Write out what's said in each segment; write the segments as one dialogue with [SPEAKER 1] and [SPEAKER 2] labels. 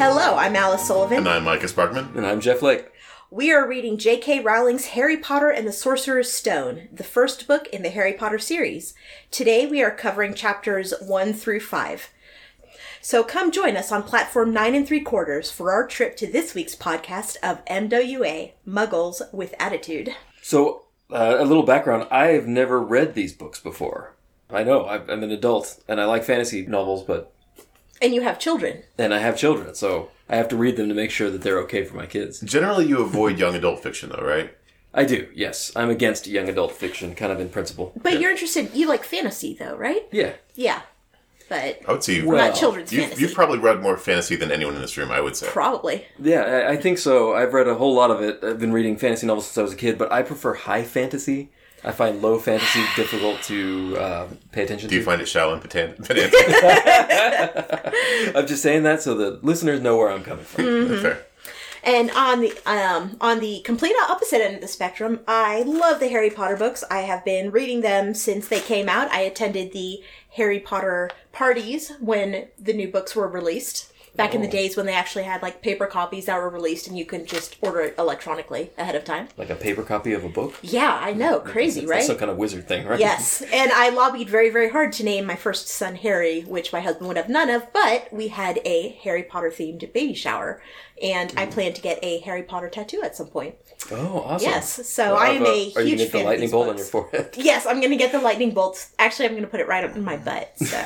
[SPEAKER 1] Hello, I'm Alice Sullivan.
[SPEAKER 2] And I'm Micah Sparkman.
[SPEAKER 3] And I'm Jeff Lake.
[SPEAKER 1] We are reading J.K. Rowling's Harry Potter and the Sorcerer's Stone, the first book in the Harry Potter series. Today we are covering chapters 1 through 5. So come join us on platform 9 and 3 quarters for our trip to this week's podcast of MWA Muggles with Attitude.
[SPEAKER 3] So, uh, a little background I've never read these books before. I know, I'm I'm an adult and I like fantasy novels, but.
[SPEAKER 1] And you have children.
[SPEAKER 3] And I have children, so I have to read them to make sure that they're okay for my kids.
[SPEAKER 2] Generally, you avoid young adult fiction, though, right?
[SPEAKER 3] I do, yes. I'm against young adult fiction, kind of in principle.
[SPEAKER 1] But you're interested, you like fantasy though, right?
[SPEAKER 3] Yeah.
[SPEAKER 1] Yeah. But
[SPEAKER 2] I would say you've,
[SPEAKER 3] Well,
[SPEAKER 1] not children's
[SPEAKER 2] you've,
[SPEAKER 1] fantasy.
[SPEAKER 2] you've probably read more fantasy than anyone in this room, I would say.
[SPEAKER 1] Probably.
[SPEAKER 3] Yeah, I, I think so. I've read a whole lot of it. I've been reading fantasy novels since I was a kid, but I prefer high fantasy. I find low fantasy difficult to uh, pay attention
[SPEAKER 2] Do you
[SPEAKER 3] to.
[SPEAKER 2] find it shallow and pedan- pedantic?
[SPEAKER 3] I'm just saying that so the listeners know where I'm coming from.
[SPEAKER 1] Mm-hmm.
[SPEAKER 2] Fair.
[SPEAKER 1] And on the um, on the complete opposite end of the spectrum, I love the Harry Potter books. I have been reading them since they came out. I attended the Harry Potter parties when the new books were released. Back
[SPEAKER 3] Oh.
[SPEAKER 1] in the days when they actually had like paper copies that were released and you could just order it electronically ahead of time.
[SPEAKER 3] Like a paper copy of a book?
[SPEAKER 1] Yeah, I know. Crazy,
[SPEAKER 3] That's
[SPEAKER 1] right?
[SPEAKER 3] some kind of wizard thing, right?
[SPEAKER 1] Yes, and I lobbied very, very hard to name my first son Harry, which my husband would have none of, but we had a Harry Potter themed baby shower, and
[SPEAKER 3] Mm-hmm.
[SPEAKER 1] I plan to get a Harry Potter tattoo at some point.
[SPEAKER 3] Oh, awesome.
[SPEAKER 1] Yes, so
[SPEAKER 3] Well,
[SPEAKER 1] I
[SPEAKER 3] how
[SPEAKER 1] am
[SPEAKER 3] about-
[SPEAKER 1] a
[SPEAKER 3] Are you
[SPEAKER 1] huge
[SPEAKER 3] gonna get
[SPEAKER 1] fan
[SPEAKER 3] the
[SPEAKER 1] of
[SPEAKER 3] lightning
[SPEAKER 1] these
[SPEAKER 3] bolt on
[SPEAKER 1] books.
[SPEAKER 3] your forehead?
[SPEAKER 1] Yes, I'm going to get the lightning bolts. Actually, I'm going to put it right up in my butt. So.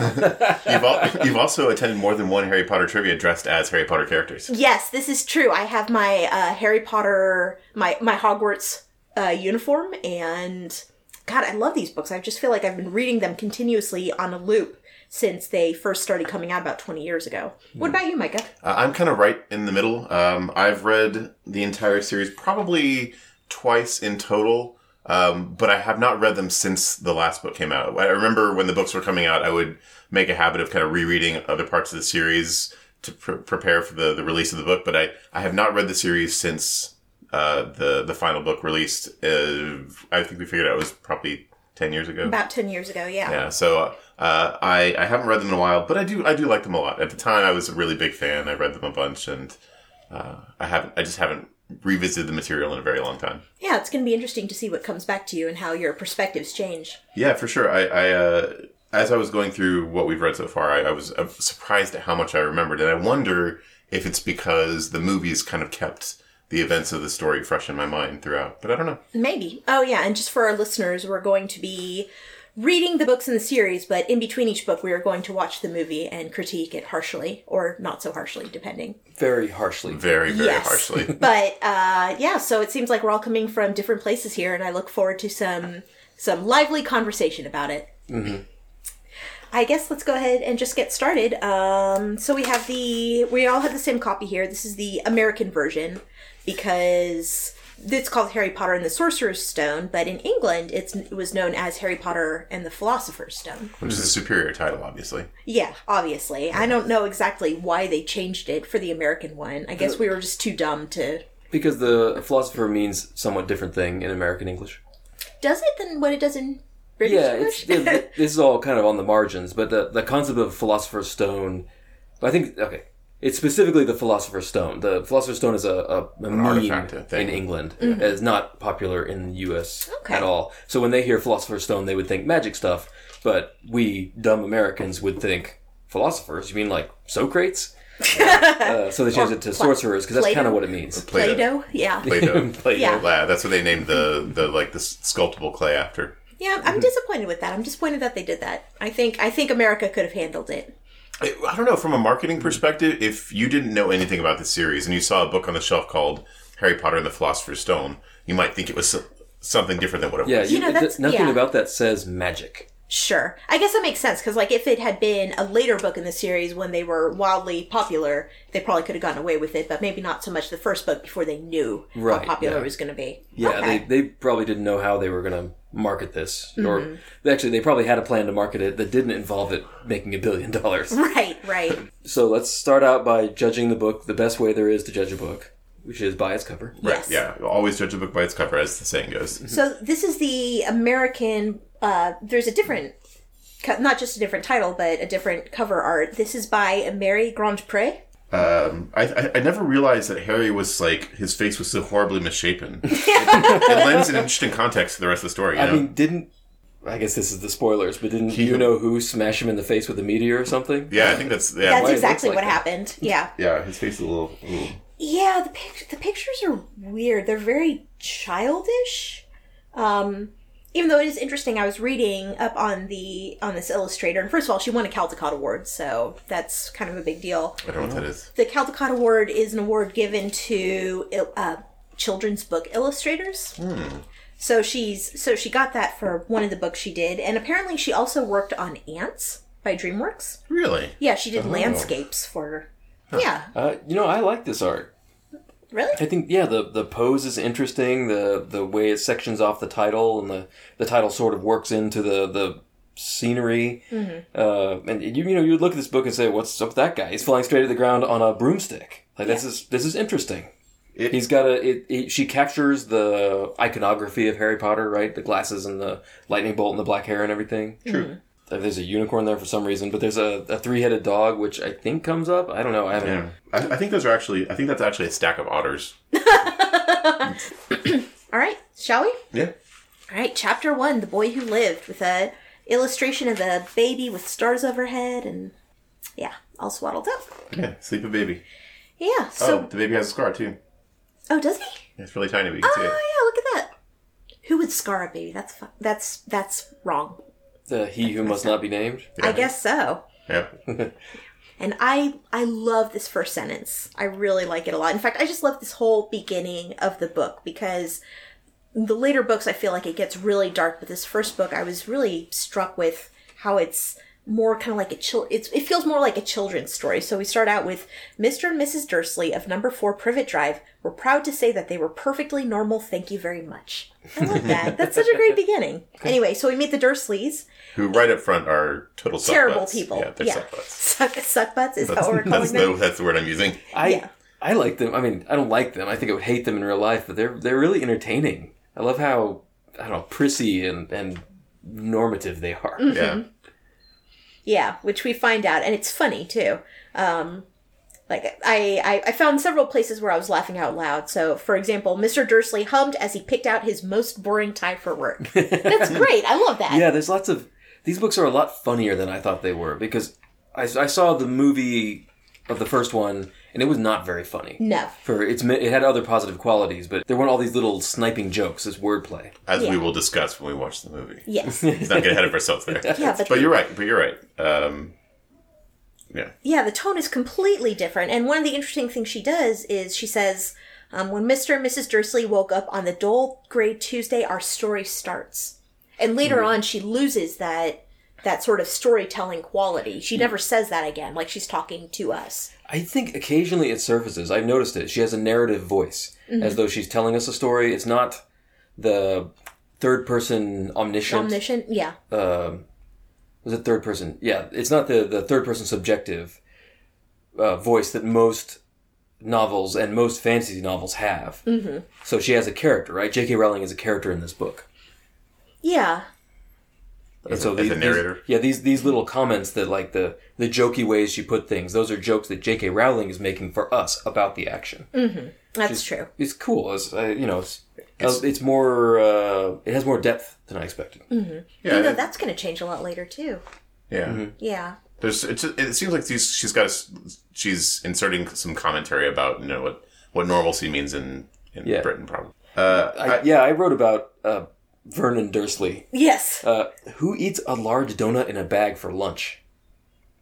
[SPEAKER 2] You've, al- you've also attended more than one Harry Potter trivia dressed as Harry Potter characters.
[SPEAKER 1] yes, this is true. I have my uh, Harry Potter, my my Hogwarts uh, uniform, and God, I love these books. I just feel like I've been reading them continuously on a loop since they first started coming out about 20 years ago. What about you, Micah?
[SPEAKER 2] Uh, I'm kind of right in the middle. Um, I've read the entire series probably twice in total, um, but I have not read them since the last book came out. I remember when the books were coming out, I would make a habit of kind of rereading other parts of the series to pr- prepare for the, the release of the book, but I, I have not read the series since uh, the, the final book released. Uh, I think we figured out it was probably 10 years ago.
[SPEAKER 1] About 10 years ago, yeah.
[SPEAKER 2] Yeah, so uh, I I haven't read them in a while, but I do I do like them a lot. At the time, I was a really big fan. I read them a bunch, and uh, I haven't I just haven't revisited the material in a very long time.
[SPEAKER 1] Yeah, it's going to be interesting to see what comes back to you and how your perspectives change.
[SPEAKER 2] Yeah, for sure. I, I uh, as I was going through what we've read so far, I, I was uh, surprised at how much I remembered, and I wonder if it's because the movies kind of kept the events of the story fresh in my mind throughout. But I don't know.
[SPEAKER 1] Maybe. Oh, yeah. And just for our listeners, we're going to be reading the books in the series, but in between each book, we are going to watch the movie and critique it harshly or not so harshly, depending.
[SPEAKER 3] Very harshly.
[SPEAKER 2] Very very
[SPEAKER 1] Yes.
[SPEAKER 2] harshly.
[SPEAKER 1] But uh, yeah, so it seems like we're all coming from different places here, and I look forward to some some lively conversation about it. I guess let's go ahead and just get started. Um, so we have the we all have the same copy here. This is the American version because it's called Harry Potter and the Sorcerer's Stone, but in England it's, it was known as Harry Potter and the Philosopher's Stone.
[SPEAKER 2] Which is a superior title, obviously.
[SPEAKER 1] Yeah, obviously. I don't know exactly why they changed it for the American one. I guess we were just too dumb to
[SPEAKER 3] Because the philosopher means somewhat different thing in American English.
[SPEAKER 1] does it than what it does in British
[SPEAKER 3] Yeah, it's,
[SPEAKER 1] English?
[SPEAKER 3] th- th- this is all kind of on the margins, but the, the concept of philosopher's stone, I think, okay, it's specifically the philosopher's stone. The philosopher's stone is a, a, a meme
[SPEAKER 2] artifact, I think.
[SPEAKER 3] in England. It's not popular in the U.S.
[SPEAKER 1] Mm-hmm. Okay.
[SPEAKER 3] at all. So when they hear philosopher's stone, they would think magic stuff, but we dumb Americans would think philosophers. You mean like Socrates? uh, so they changed it to sorcerers because that's
[SPEAKER 1] Plato.
[SPEAKER 3] kind of what it means.
[SPEAKER 2] Plato.
[SPEAKER 1] Play-Doh. Yeah.
[SPEAKER 2] Plato.
[SPEAKER 3] Plato.
[SPEAKER 1] Yeah.
[SPEAKER 2] Yeah, that's what they named the the like the s- sculptable clay after.
[SPEAKER 1] Yeah, I'm disappointed with that. I'm disappointed that they did that. I think I think America could have handled it.
[SPEAKER 2] I I don't know from a marketing
[SPEAKER 3] Hmm.
[SPEAKER 2] perspective. If you didn't know anything about the series and you saw a book on the shelf called Harry Potter and the Philosopher's Stone, you might think it was so- something different than what it
[SPEAKER 3] Yeah,
[SPEAKER 2] was.
[SPEAKER 3] you,
[SPEAKER 1] know,
[SPEAKER 3] th-
[SPEAKER 1] that's-
[SPEAKER 3] nothing
[SPEAKER 1] yeah.
[SPEAKER 3] about that says magic.
[SPEAKER 1] Sure. I guess that makes sense because like if it had been a later book in the series when they were wildly popular, they probably could have gotten away with it, but maybe not so much the first book before they knew
[SPEAKER 3] Right,
[SPEAKER 1] how popular
[SPEAKER 3] yeah.
[SPEAKER 1] it was going to be.
[SPEAKER 3] Yeah,
[SPEAKER 1] Okay.
[SPEAKER 3] they, they probably didn't know how they were going to market this. Or actually, they probably had a plan to market it that didn't involve it making a billion dollars.
[SPEAKER 1] Right, right.
[SPEAKER 3] so let's start out by judging the book the best way there is to judge a book, which is by its cover.
[SPEAKER 1] Yes.
[SPEAKER 2] Yeah, you'll always judge a book by its cover, as the saying
[SPEAKER 3] Mm-hmm.
[SPEAKER 2] goes.
[SPEAKER 1] So this is the American. Uh, there's a different, co- not just a different title, but a different cover art. This is by Mary Grand Pre.
[SPEAKER 2] Um, I, I, I never realized that Harry was like his face was so horribly misshapen. it, it lends an interesting context to the rest of the story. You
[SPEAKER 3] I
[SPEAKER 2] know?
[SPEAKER 3] mean, didn't I guess this is the spoilers? But didn't
[SPEAKER 2] He-
[SPEAKER 3] you know who smash him in the face with a meteor or something?
[SPEAKER 2] yeah, I think that's yeah,
[SPEAKER 1] That's
[SPEAKER 3] why it looks
[SPEAKER 1] exactly
[SPEAKER 3] like
[SPEAKER 1] what
[SPEAKER 3] that.
[SPEAKER 1] happened. Yeah.
[SPEAKER 2] yeah. His face is a little. ooh.
[SPEAKER 1] Yeah, the pic- the pictures are weird. They're very childish. Um, even though it is interesting, I was reading up on the on this illustrator, and first of all, she won a Caldecott Award, so that's kind of a big deal.
[SPEAKER 2] I don't know what that is.
[SPEAKER 1] The Caldecott Award is an award given to il- uh, children's book illustrators. So she's so she got that for one of the books she did, and apparently she also worked on Ants by DreamWorks.
[SPEAKER 2] Really?
[SPEAKER 1] Yeah, she did landscapes for. Yeah,
[SPEAKER 3] Uh, you know, I like this art.
[SPEAKER 1] really.
[SPEAKER 3] I think yeah, the the pose is interesting. The the way it sections off the title and the the title sort of works into the the scenery. Uh, and you you know you would look at this book and say, what's up with that guy? He's flying straight at the ground on a broomstick. Like this is this is interesting.
[SPEAKER 2] It-
[SPEAKER 3] He's got a. It, it, she captures the iconography of Harry Potter, right? The glasses and the lightning bolt and the black hair and everything. True. There's a unicorn there for some reason, but there's a, a three headed dog, which I think comes up. I don't know. I haven't.
[SPEAKER 2] Yeah. I, I think those are actually. I think that's actually a stack of otters.
[SPEAKER 1] All right, shall we?
[SPEAKER 2] Yeah.
[SPEAKER 1] All right, chapter one, the boy who lived, with a illustration of a baby with stars overhead and yeah, all swaddled up.
[SPEAKER 2] Yeah. Sleep a baby.
[SPEAKER 1] Yeah.
[SPEAKER 2] oh,
[SPEAKER 1] So,
[SPEAKER 2] the baby has a scar too.
[SPEAKER 1] oh, does he?
[SPEAKER 2] It's really tiny, but you can see it.
[SPEAKER 1] Oh yeah, look at that. Who would scar a baby? That's fu- that's that's wrong.
[SPEAKER 3] The he who must not be named.
[SPEAKER 1] I guess so.
[SPEAKER 2] Yeah.
[SPEAKER 1] And I I love this first sentence. I really like it a lot. In fact, I just love this whole beginning of the book because the later books I feel like it gets really dark, but this first book I was really struck with how it's more kind of like a chill it's, it feels more like a children's story so we start out with mr and mrs dursley of number four privet drive were proud to say that they were perfectly normal thank you very much i like that that's such a great beginning anyway so we meet the dursleys
[SPEAKER 2] Who right up front are total suck
[SPEAKER 1] terrible
[SPEAKER 2] butts.
[SPEAKER 1] people
[SPEAKER 2] Yeah, they're suck butts.
[SPEAKER 1] suck, suck butts is
[SPEAKER 2] That's,
[SPEAKER 1] how we're
[SPEAKER 2] that's
[SPEAKER 1] calling
[SPEAKER 2] the,
[SPEAKER 1] them
[SPEAKER 2] that's the word I'm using.
[SPEAKER 3] I
[SPEAKER 1] Yeah.
[SPEAKER 3] I like them. I mean, I don't like them. I think I would hate them in real life, but they're they're really entertaining. I love how I don't know prissy and and normative they are.
[SPEAKER 1] Mm-hmm. Mm.
[SPEAKER 2] Yeah.
[SPEAKER 1] Yeah, which we find out, and it's funny too. Um, like I, I, I found several places where I was laughing out loud. So, for example, Mr. Dursley hummed as he picked out his most boring tie for work. That's great. I love that.
[SPEAKER 3] Yeah, there's lots of these books are a lot funnier than I thought they were because I, I saw the movie of the first one and it was not very funny.
[SPEAKER 1] No.
[SPEAKER 3] For it's mi- it had other positive qualities, but there weren't all these little sniping jokes, this wordplay.
[SPEAKER 2] As we
[SPEAKER 1] Yeah.
[SPEAKER 2] will discuss when we watch the movie.
[SPEAKER 1] Yes.
[SPEAKER 2] Let's not get ahead of ourselves there.
[SPEAKER 1] Yeah, but
[SPEAKER 2] But you're right. But you're right. Um, yeah.
[SPEAKER 1] yeah, the tone is completely different. And one of the interesting things she does is she says, um, when Mr. and Mrs. Dursley woke up on the dull gray Tuesday, our story starts. And later on, she loses that that sort of storytelling quality. She never says that again. Like she's talking to us.
[SPEAKER 3] I think occasionally it surfaces. I've noticed it. She has a narrative voice, as though she's telling us a story. It's not the third person omniscient.
[SPEAKER 1] Omniscient, yeah,
[SPEAKER 3] um was it third person? Yeah, it's not the the third person subjective uh, voice that most novels and most fantasy novels have. Mm-hmm. So she has a character, right? J.K. Rowling is a character in this book.
[SPEAKER 1] yeah,
[SPEAKER 3] And so
[SPEAKER 2] As a
[SPEAKER 3] these, these-
[SPEAKER 2] narrator.
[SPEAKER 3] yeah, these these little comments that like the the jokey ways she put things, those are jokes that J.K. Rowling is making for us about the action.
[SPEAKER 1] that's true.
[SPEAKER 3] It's cool. It's uh, you know, it's it's, it's more uh, it has more depth than I expected.
[SPEAKER 2] Yeah.
[SPEAKER 1] Even though
[SPEAKER 2] it-
[SPEAKER 1] that's going to change a lot later too.
[SPEAKER 2] yeah.
[SPEAKER 1] Yeah,
[SPEAKER 2] There's. It, it seems like these. She's got. a s she's inserting some commentary about you know what what normalcy means in in
[SPEAKER 3] Yeah.
[SPEAKER 2] Britain probably. Uh,
[SPEAKER 3] I, yeah, I wrote about uh, Vernon Dursley
[SPEAKER 1] yes,
[SPEAKER 3] Uh, who eats a large donut in a bag for lunch?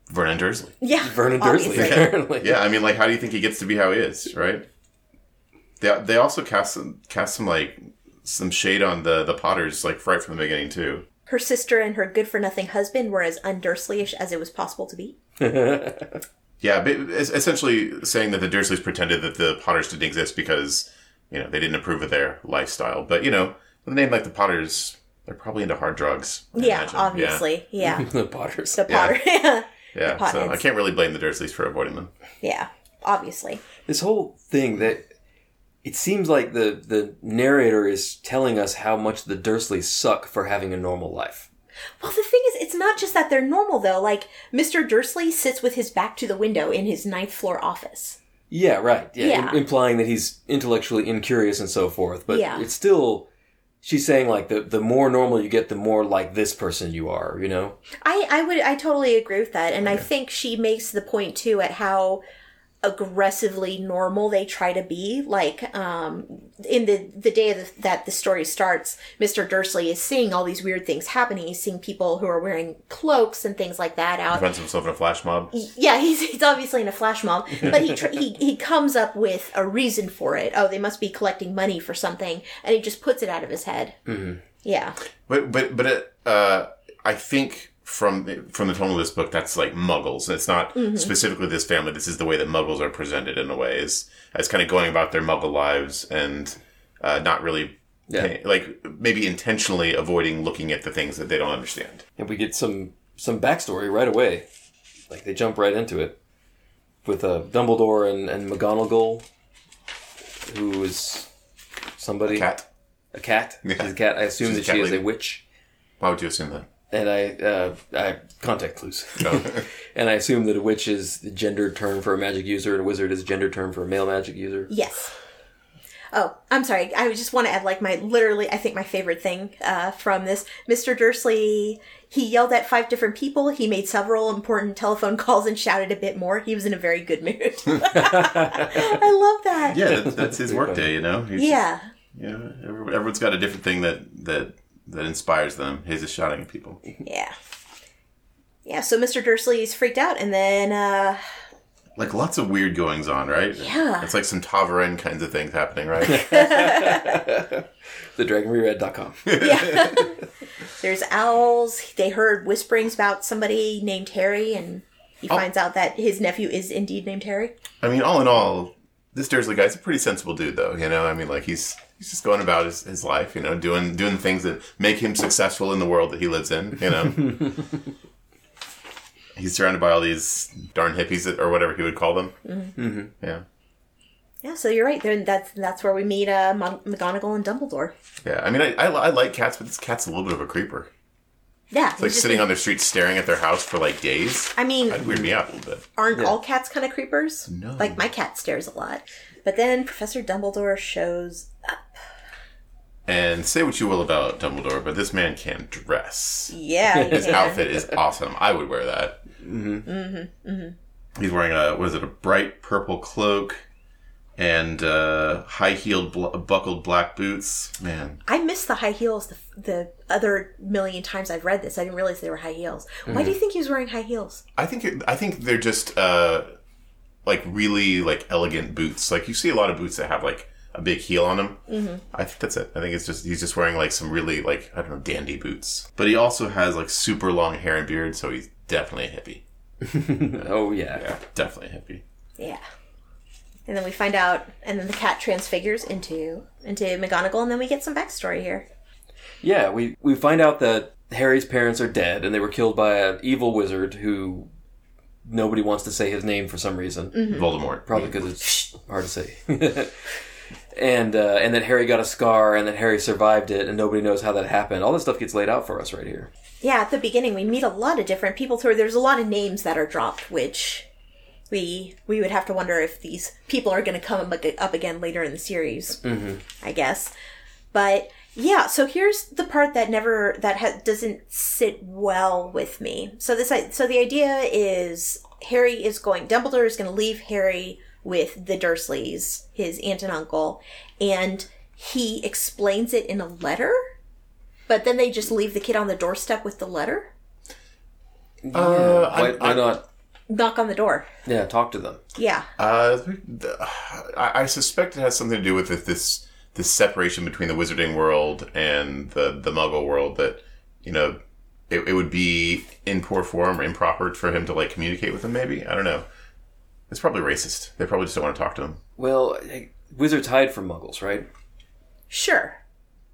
[SPEAKER 2] Vernon Dursley.
[SPEAKER 1] yeah.
[SPEAKER 3] Vernon Dursley,
[SPEAKER 1] obviously.
[SPEAKER 3] apparently.
[SPEAKER 2] Yeah, I mean, like, how do you think he gets to be how he is, right? They they also cast some cast some like some shade on the the Potters like right from the beginning too.
[SPEAKER 1] Her sister and her good for nothing husband were as undursleyish as it was possible to be.
[SPEAKER 2] Yeah, but es- essentially saying that the Dursleys pretended that the Potters didn't exist because you know they didn't approve of their lifestyle. But you know, with a name like the Potters, they're probably into hard drugs. I
[SPEAKER 1] yeah,
[SPEAKER 2] imagine.
[SPEAKER 1] obviously. Yeah,
[SPEAKER 3] The Potters.
[SPEAKER 1] the Potter. Yeah.
[SPEAKER 2] Yeah, yeah. so I
[SPEAKER 1] Potheads.
[SPEAKER 2] can't really blame the Dursleys for avoiding them.
[SPEAKER 1] yeah, obviously.
[SPEAKER 3] This whole thing that it seems like the, the narrator is telling us how much the Dursleys suck for having a normal life.
[SPEAKER 1] Well, the thing is, it's not just that they're normal though. Like Mr. Dursley sits with his back to the window in his ninth floor office.
[SPEAKER 3] Yeah, right. Yeah,
[SPEAKER 1] Yeah.
[SPEAKER 3] im- implying that he's intellectually incurious and so forth. But
[SPEAKER 1] Yeah.
[SPEAKER 3] it's still, she's saying like the the more normal you get, the more like this person you are. You know,
[SPEAKER 1] I I would I totally agree with that, and I think she makes the point too at how aggressively normal they try to be like um in the the day of the, that the story starts mr dursley is seeing all these weird things happening he's seeing people who are wearing cloaks and things like that out
[SPEAKER 2] Finds himself in a flash mob.
[SPEAKER 1] yeah, he's, he's obviously in a flash mob, but he, tr- he he comes up with a reason for it. Oh, they must be collecting money for something, and he just puts it out of his head. Mm-hmm. Yeah,
[SPEAKER 2] But but but it, uh, I think from the, from the tone of this book, that's like Muggles. It's not specifically this family. This is the way that Muggles are presented in a way is as kind of going about their Muggle lives and uh, not really
[SPEAKER 3] Yeah.
[SPEAKER 2] pay- like maybe intentionally avoiding looking at the things that they don't understand.
[SPEAKER 3] and we get some some backstory right away. Like they jump right into it with uh, Dumbledore and and McGonagall, who is somebody
[SPEAKER 2] Cat.
[SPEAKER 3] a cat.
[SPEAKER 2] Yeah.
[SPEAKER 3] She's a cat. I assume
[SPEAKER 2] She's a
[SPEAKER 3] that she
[SPEAKER 2] cat
[SPEAKER 3] is a
[SPEAKER 2] lady.
[SPEAKER 3] witch.
[SPEAKER 2] Why would you assume that?
[SPEAKER 3] And I, uh, I contact clues.
[SPEAKER 2] Oh.
[SPEAKER 3] and I assume that a witch is the gendered term for a magic user, and a wizard is a gendered term for a male magic user.
[SPEAKER 1] yes. Oh, I'm sorry. I just want to add like my literally, I think my favorite thing uh, from this, Mr. Dursley. He yelled at five different people. He made several important telephone calls and shouted a bit more. He was in a very good mood. I love that.
[SPEAKER 2] yeah, that's, that's his workday. You know. He's
[SPEAKER 1] yeah.
[SPEAKER 2] Yeah, everyone, everyone's got a different thing that that that inspires them. He's just shouting at people.
[SPEAKER 1] Yeah. Yeah, so Mr. Dursley's freaked out, and then, uh,
[SPEAKER 2] Like lots of weird goings on, right?
[SPEAKER 1] Yeah.
[SPEAKER 2] it's like some Tavarin kinds of things happening, right?
[SPEAKER 3] TheDragonReread.com.
[SPEAKER 1] yeah. There's owls. They heard whisperings about somebody named Harry, and he
[SPEAKER 2] Oh.
[SPEAKER 1] finds out that his nephew is indeed named Harry.
[SPEAKER 2] I mean, all in all, this Dursley guy's a pretty sensible dude, though. You know, I mean, like he's he's just going about his, his life, you know, doing doing the things that make him successful in the world that he lives in. You know, he's surrounded by all these darn hippies that- or whatever he would call them. Mm-hmm. Yeah.
[SPEAKER 1] Yeah, so you're right. Then that's that's where we meet uh, Mon- McGonagall and Dumbledore.
[SPEAKER 2] Yeah, I mean, I, I, I like cats, but this cat's a little bit of a creeper.
[SPEAKER 1] Yeah,
[SPEAKER 2] Like sitting on their street, staring at their house for like days.
[SPEAKER 1] I mean,
[SPEAKER 2] That'd weird me out a little bit.
[SPEAKER 1] aren't all cats kind of creepers?
[SPEAKER 2] No.
[SPEAKER 1] Like my cat stares a lot, but then Professor Dumbledore shows up.
[SPEAKER 2] And say what you will about Dumbledore, but this man can dress.
[SPEAKER 1] Yeah, he
[SPEAKER 2] His
[SPEAKER 1] can.
[SPEAKER 2] outfit is awesome. I would wear that. Mm-hmm. Mm-hmm. He's wearing a what is it? A bright purple cloak and uh, high-heeled, bl- buckled black boots. Man,
[SPEAKER 1] I missed the high heels the, the other million times I've read this. I didn't realize they were high heels. Why
[SPEAKER 2] Mm-hmm.
[SPEAKER 1] do you think he was wearing high heels?
[SPEAKER 2] I think it, I think they're just uh, like really like elegant boots. Like you see a lot of boots that have like a big heel on them. Mm-hmm. I think that's it. I think it's just he's just wearing like some really like I don't know dandy boots. But he also has like super long hair and beard, so he's definitely a hippie.
[SPEAKER 3] Oh, yeah.
[SPEAKER 2] Yeah, definitely a hippie.
[SPEAKER 1] Yeah. And then we find out, and then the cat transfigures into into McGonagall, and then we get some backstory here.
[SPEAKER 3] Yeah, we, we find out that Harry's parents are dead, and they were killed by an evil wizard who nobody wants to say his name for some reason.
[SPEAKER 2] Mm-hmm. Voldemort.
[SPEAKER 3] Probably because it's hard to say. and uh, and that Harry got a scar, and that Harry survived it, and nobody knows how that happened. All this stuff gets laid out for us right here.
[SPEAKER 1] Yeah, at the beginning we meet a lot of different people through. There's a lot of names that are dropped, which we we would have to wonder if these people are going to come ag- up again later in the series. Mm-hmm. I guess, but yeah. So here's the part that never that ha- doesn't sit well with me. So this I- so the idea is Harry is going. Dumbledore is going to leave Harry with the Dursleys, his aunt and uncle, and he explains it in a letter. But then they just leave the kid on the doorstep with the letter.
[SPEAKER 2] Uh, I-
[SPEAKER 3] Why, why
[SPEAKER 2] I-
[SPEAKER 3] not?
[SPEAKER 1] Knock on the door.
[SPEAKER 3] Yeah, talk to them.
[SPEAKER 1] Yeah.
[SPEAKER 2] Uh, th- I I suspect it has something to do with this, this this separation between the wizarding world and the the Muggle world. That you know, it, it would be in poor form or improper for him to like communicate with them. Maybe I don't know. It's probably racist. They probably just don't want to talk to him.
[SPEAKER 3] Well, eh, wizards hide from muggles, right?
[SPEAKER 1] Sure.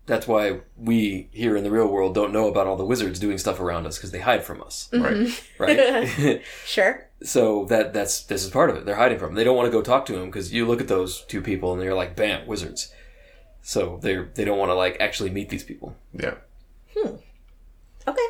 [SPEAKER 3] That's why we here in the real world don't know about all the wizards doing stuff around us because they hide from us,
[SPEAKER 2] Right.
[SPEAKER 3] right?
[SPEAKER 1] Sure.
[SPEAKER 3] so that that's this is part of it. They're hiding from. Them. They don't want to go talk to him because you look at those two people and they're like, bam, wizards. So they are they don't want to like actually meet these people.
[SPEAKER 2] Yeah.
[SPEAKER 1] Okay.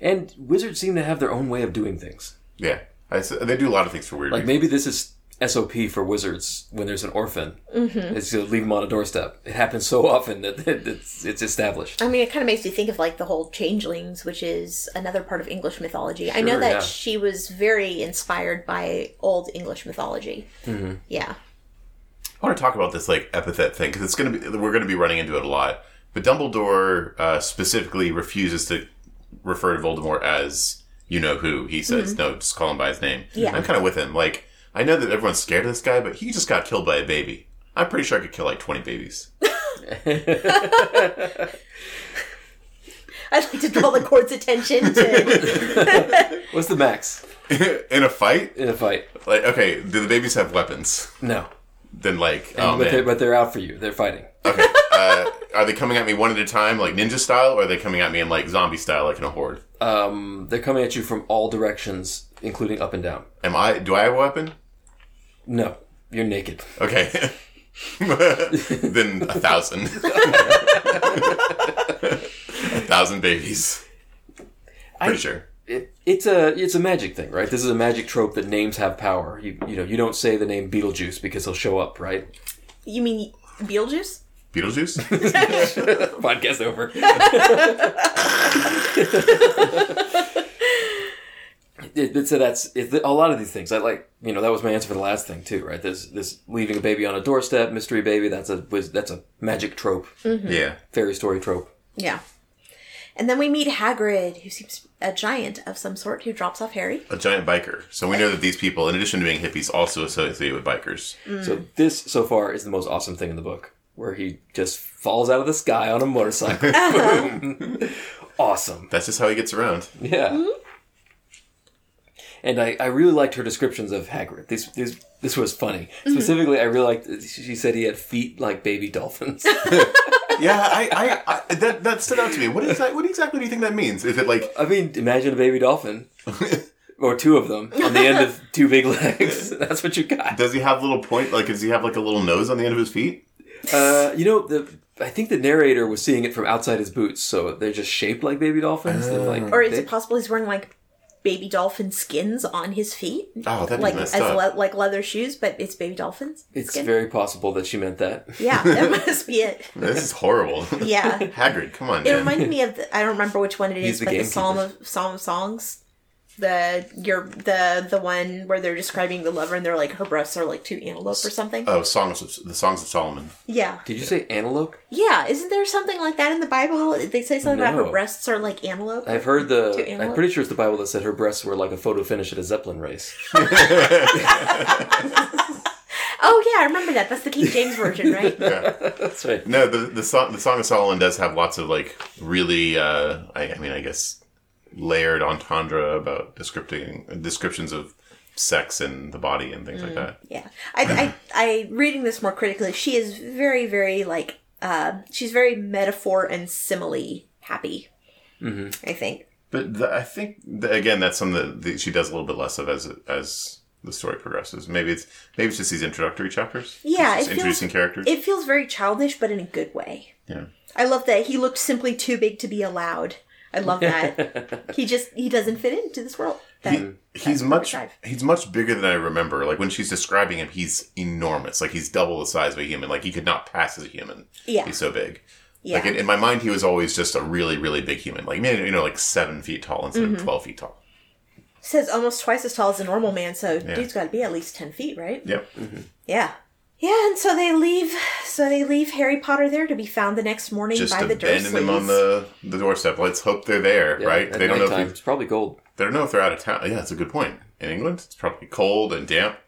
[SPEAKER 3] And wizards seem to have their own way of doing things.
[SPEAKER 2] Yeah, I s they do a lot of things for weird.
[SPEAKER 3] Like
[SPEAKER 2] people.
[SPEAKER 3] maybe this is SOP for wizards when there's an orphan. Mm-hmm. It's to leave them on a doorstep. It happens so often that it's it's established.
[SPEAKER 1] I mean, it kind of makes me think of like the whole changelings, which is another part of English mythology. I know
[SPEAKER 3] Sure,
[SPEAKER 1] that
[SPEAKER 3] yeah.
[SPEAKER 1] she was very inspired by old English mythology.
[SPEAKER 3] Mm-hmm.
[SPEAKER 1] Yeah.
[SPEAKER 2] I want to talk about this like epithet thing because it's gonna be we're gonna be running into it a lot. But Dumbledore uh, specifically refuses to refer to Voldemort as you know who. He says no, just call him by his name.
[SPEAKER 1] Yeah.
[SPEAKER 2] I'm kind of with him. Like I know that everyone's scared of this guy, but he just got killed by a baby. I'm pretty sure I could kill like 20 babies.
[SPEAKER 1] I'd like to draw the court's attention to.
[SPEAKER 3] What's the max
[SPEAKER 2] in a fight?
[SPEAKER 3] in a fight?
[SPEAKER 2] Like okay, do the babies have weapons?
[SPEAKER 3] No.
[SPEAKER 2] Then like oh
[SPEAKER 3] but,
[SPEAKER 2] man.
[SPEAKER 3] they're, but they're out for you. They're fighting.
[SPEAKER 2] Okay. Uh, are they coming at me one at a time, like ninja style, or are they coming at me in like zombie style, like in a horde?
[SPEAKER 3] Um, they're coming at you from all directions, including up and down.
[SPEAKER 2] Am I? Do I have a weapon?
[SPEAKER 3] No, you're naked.
[SPEAKER 2] Okay. then a thousand. a thousand babies. Pretty
[SPEAKER 3] I-
[SPEAKER 2] sure.
[SPEAKER 3] It, it's a it's a magic thing, right? This is a magic trope that names have power. You you know you don't say the name Beetlejuice because he'll show up, right?
[SPEAKER 1] You mean Beetlejuice?
[SPEAKER 2] Beetlejuice?
[SPEAKER 3] Podcast over. It, it- so that's it, a lot of these things. I like, you know, that was my answer for the last thing too, right? This this leaving a baby on a doorstep, mystery baby. That's a was, that's a magic trope,
[SPEAKER 1] Mm-hmm.
[SPEAKER 2] yeah.
[SPEAKER 3] fairy story trope.
[SPEAKER 1] Yeah. And then we meet Hagrid, who seems a giant of some sort, who drops off Harry.
[SPEAKER 2] A giant biker. So we know that these people, in addition to being hippies, also associate with bikers.
[SPEAKER 1] Mm.
[SPEAKER 3] So this so far is the most awesome thing in the book, where he just falls out of the sky on a motorcycle. Boom. awesome.
[SPEAKER 2] That's just how he gets around.
[SPEAKER 3] Yeah. And I, I really liked her descriptions of Hagrid. These, these, this was funny. Specifically, I really liked. She said he had feet like baby dolphins.
[SPEAKER 2] Yeah, I, I, I that, that stood out to me. What, is that, what exactly do you think that means? Is it like
[SPEAKER 3] I mean, imagine a baby dolphin, or two of them, on the end of two big legs. That's what you got.
[SPEAKER 2] Does he have little point? Like, does he have like a little nose on the end of his feet?
[SPEAKER 3] Uh, you know, the, I think the narrator was seeing it from outside his boots, so they're just shaped like baby dolphins. They're like,
[SPEAKER 1] Or is
[SPEAKER 3] they-
[SPEAKER 1] it possible he's wearing like baby dolphin skins on his feet?
[SPEAKER 2] Oh, that'd
[SPEAKER 1] Like
[SPEAKER 2] be
[SPEAKER 1] as
[SPEAKER 2] messed up.
[SPEAKER 1] le- like leather shoes, but it's baby dolphins.
[SPEAKER 3] it's
[SPEAKER 1] skin?
[SPEAKER 3] very possible that she meant that.
[SPEAKER 1] Yeah, that must be it.
[SPEAKER 2] this is horrible.
[SPEAKER 1] Yeah.
[SPEAKER 2] Hagrid, come on,
[SPEAKER 1] It
[SPEAKER 2] man.
[SPEAKER 1] reminded me of the, I don't remember which one it is,
[SPEAKER 3] He's the
[SPEAKER 1] but the
[SPEAKER 3] gamekeeper.
[SPEAKER 1] Psalm of Psalm of Songs. The your the the one where they're describing the lover and they're like her breasts are like two antelope or
[SPEAKER 3] Uh,
[SPEAKER 1] something.
[SPEAKER 2] oh, songs of, the songs of Solomon.
[SPEAKER 1] yeah,
[SPEAKER 3] Did you say antelope?
[SPEAKER 1] yeah. Isn't there something like that in the Bible? They say something about
[SPEAKER 3] No.
[SPEAKER 1] her breasts are like antelope.
[SPEAKER 3] I've
[SPEAKER 1] To
[SPEAKER 3] heard the.
[SPEAKER 1] antelope?
[SPEAKER 3] I'm pretty sure it's the Bible that said her breasts were like a photo finish at a zeppelin race.
[SPEAKER 1] oh yeah, I remember that. That's the King James version, right?
[SPEAKER 3] That's right.
[SPEAKER 2] No, the the song the song of Solomon does have lots of like really. Uh, I, I mean, I guess layered entendre about descripting descriptions of sex and the body and
[SPEAKER 1] Mm.
[SPEAKER 2] things like that.
[SPEAKER 1] Yeah, I, I, I reading this more critically. She is very, very like, uh, she's very metaphor and simile happy. Mm-hmm. I think.
[SPEAKER 2] But the, I think that, again, that's something that, that she does a little bit less of as as the story progresses. Maybe it's maybe it's just these introductory chapters.
[SPEAKER 1] Yeah,
[SPEAKER 2] It's
[SPEAKER 1] it feels-
[SPEAKER 2] just introducing characters.
[SPEAKER 1] It feels very childish, but in a good way.
[SPEAKER 2] yeah.
[SPEAKER 1] I love that he looked simply too big to be allowed. I love that. he just he doesn't fit into this world. That,
[SPEAKER 2] He- he's much
[SPEAKER 1] drive.
[SPEAKER 2] he's much bigger than I remember. Like when she's describing him, he's enormous. Like he's double the size of a human. Like he could not pass as a human.
[SPEAKER 1] Yeah.
[SPEAKER 2] he's so big.
[SPEAKER 1] yeah,
[SPEAKER 2] Like in, in my mind, he was always just a really really big human. Like maybe you know like seven feet tall instead
[SPEAKER 1] Mm-hmm.
[SPEAKER 2] of twelve feet tall.
[SPEAKER 1] says almost twice as tall as a normal man. So dude's got to be at least ten feet, right?
[SPEAKER 2] Yep.
[SPEAKER 1] Yeah. Yeah, and so they leave. So they leave Harry Potter there to be found the next morning
[SPEAKER 2] Just
[SPEAKER 1] by the Dursleys.
[SPEAKER 2] abandon him on the, the doorstep. Let's hope they're there,
[SPEAKER 3] Yeah,
[SPEAKER 2] right?
[SPEAKER 3] at
[SPEAKER 2] They don't know.
[SPEAKER 3] nighttime.
[SPEAKER 2] If
[SPEAKER 3] It's probably gold.
[SPEAKER 2] they, they don't know if they're out of town. Yeah, that's a good point. In England, it's probably cold and damp.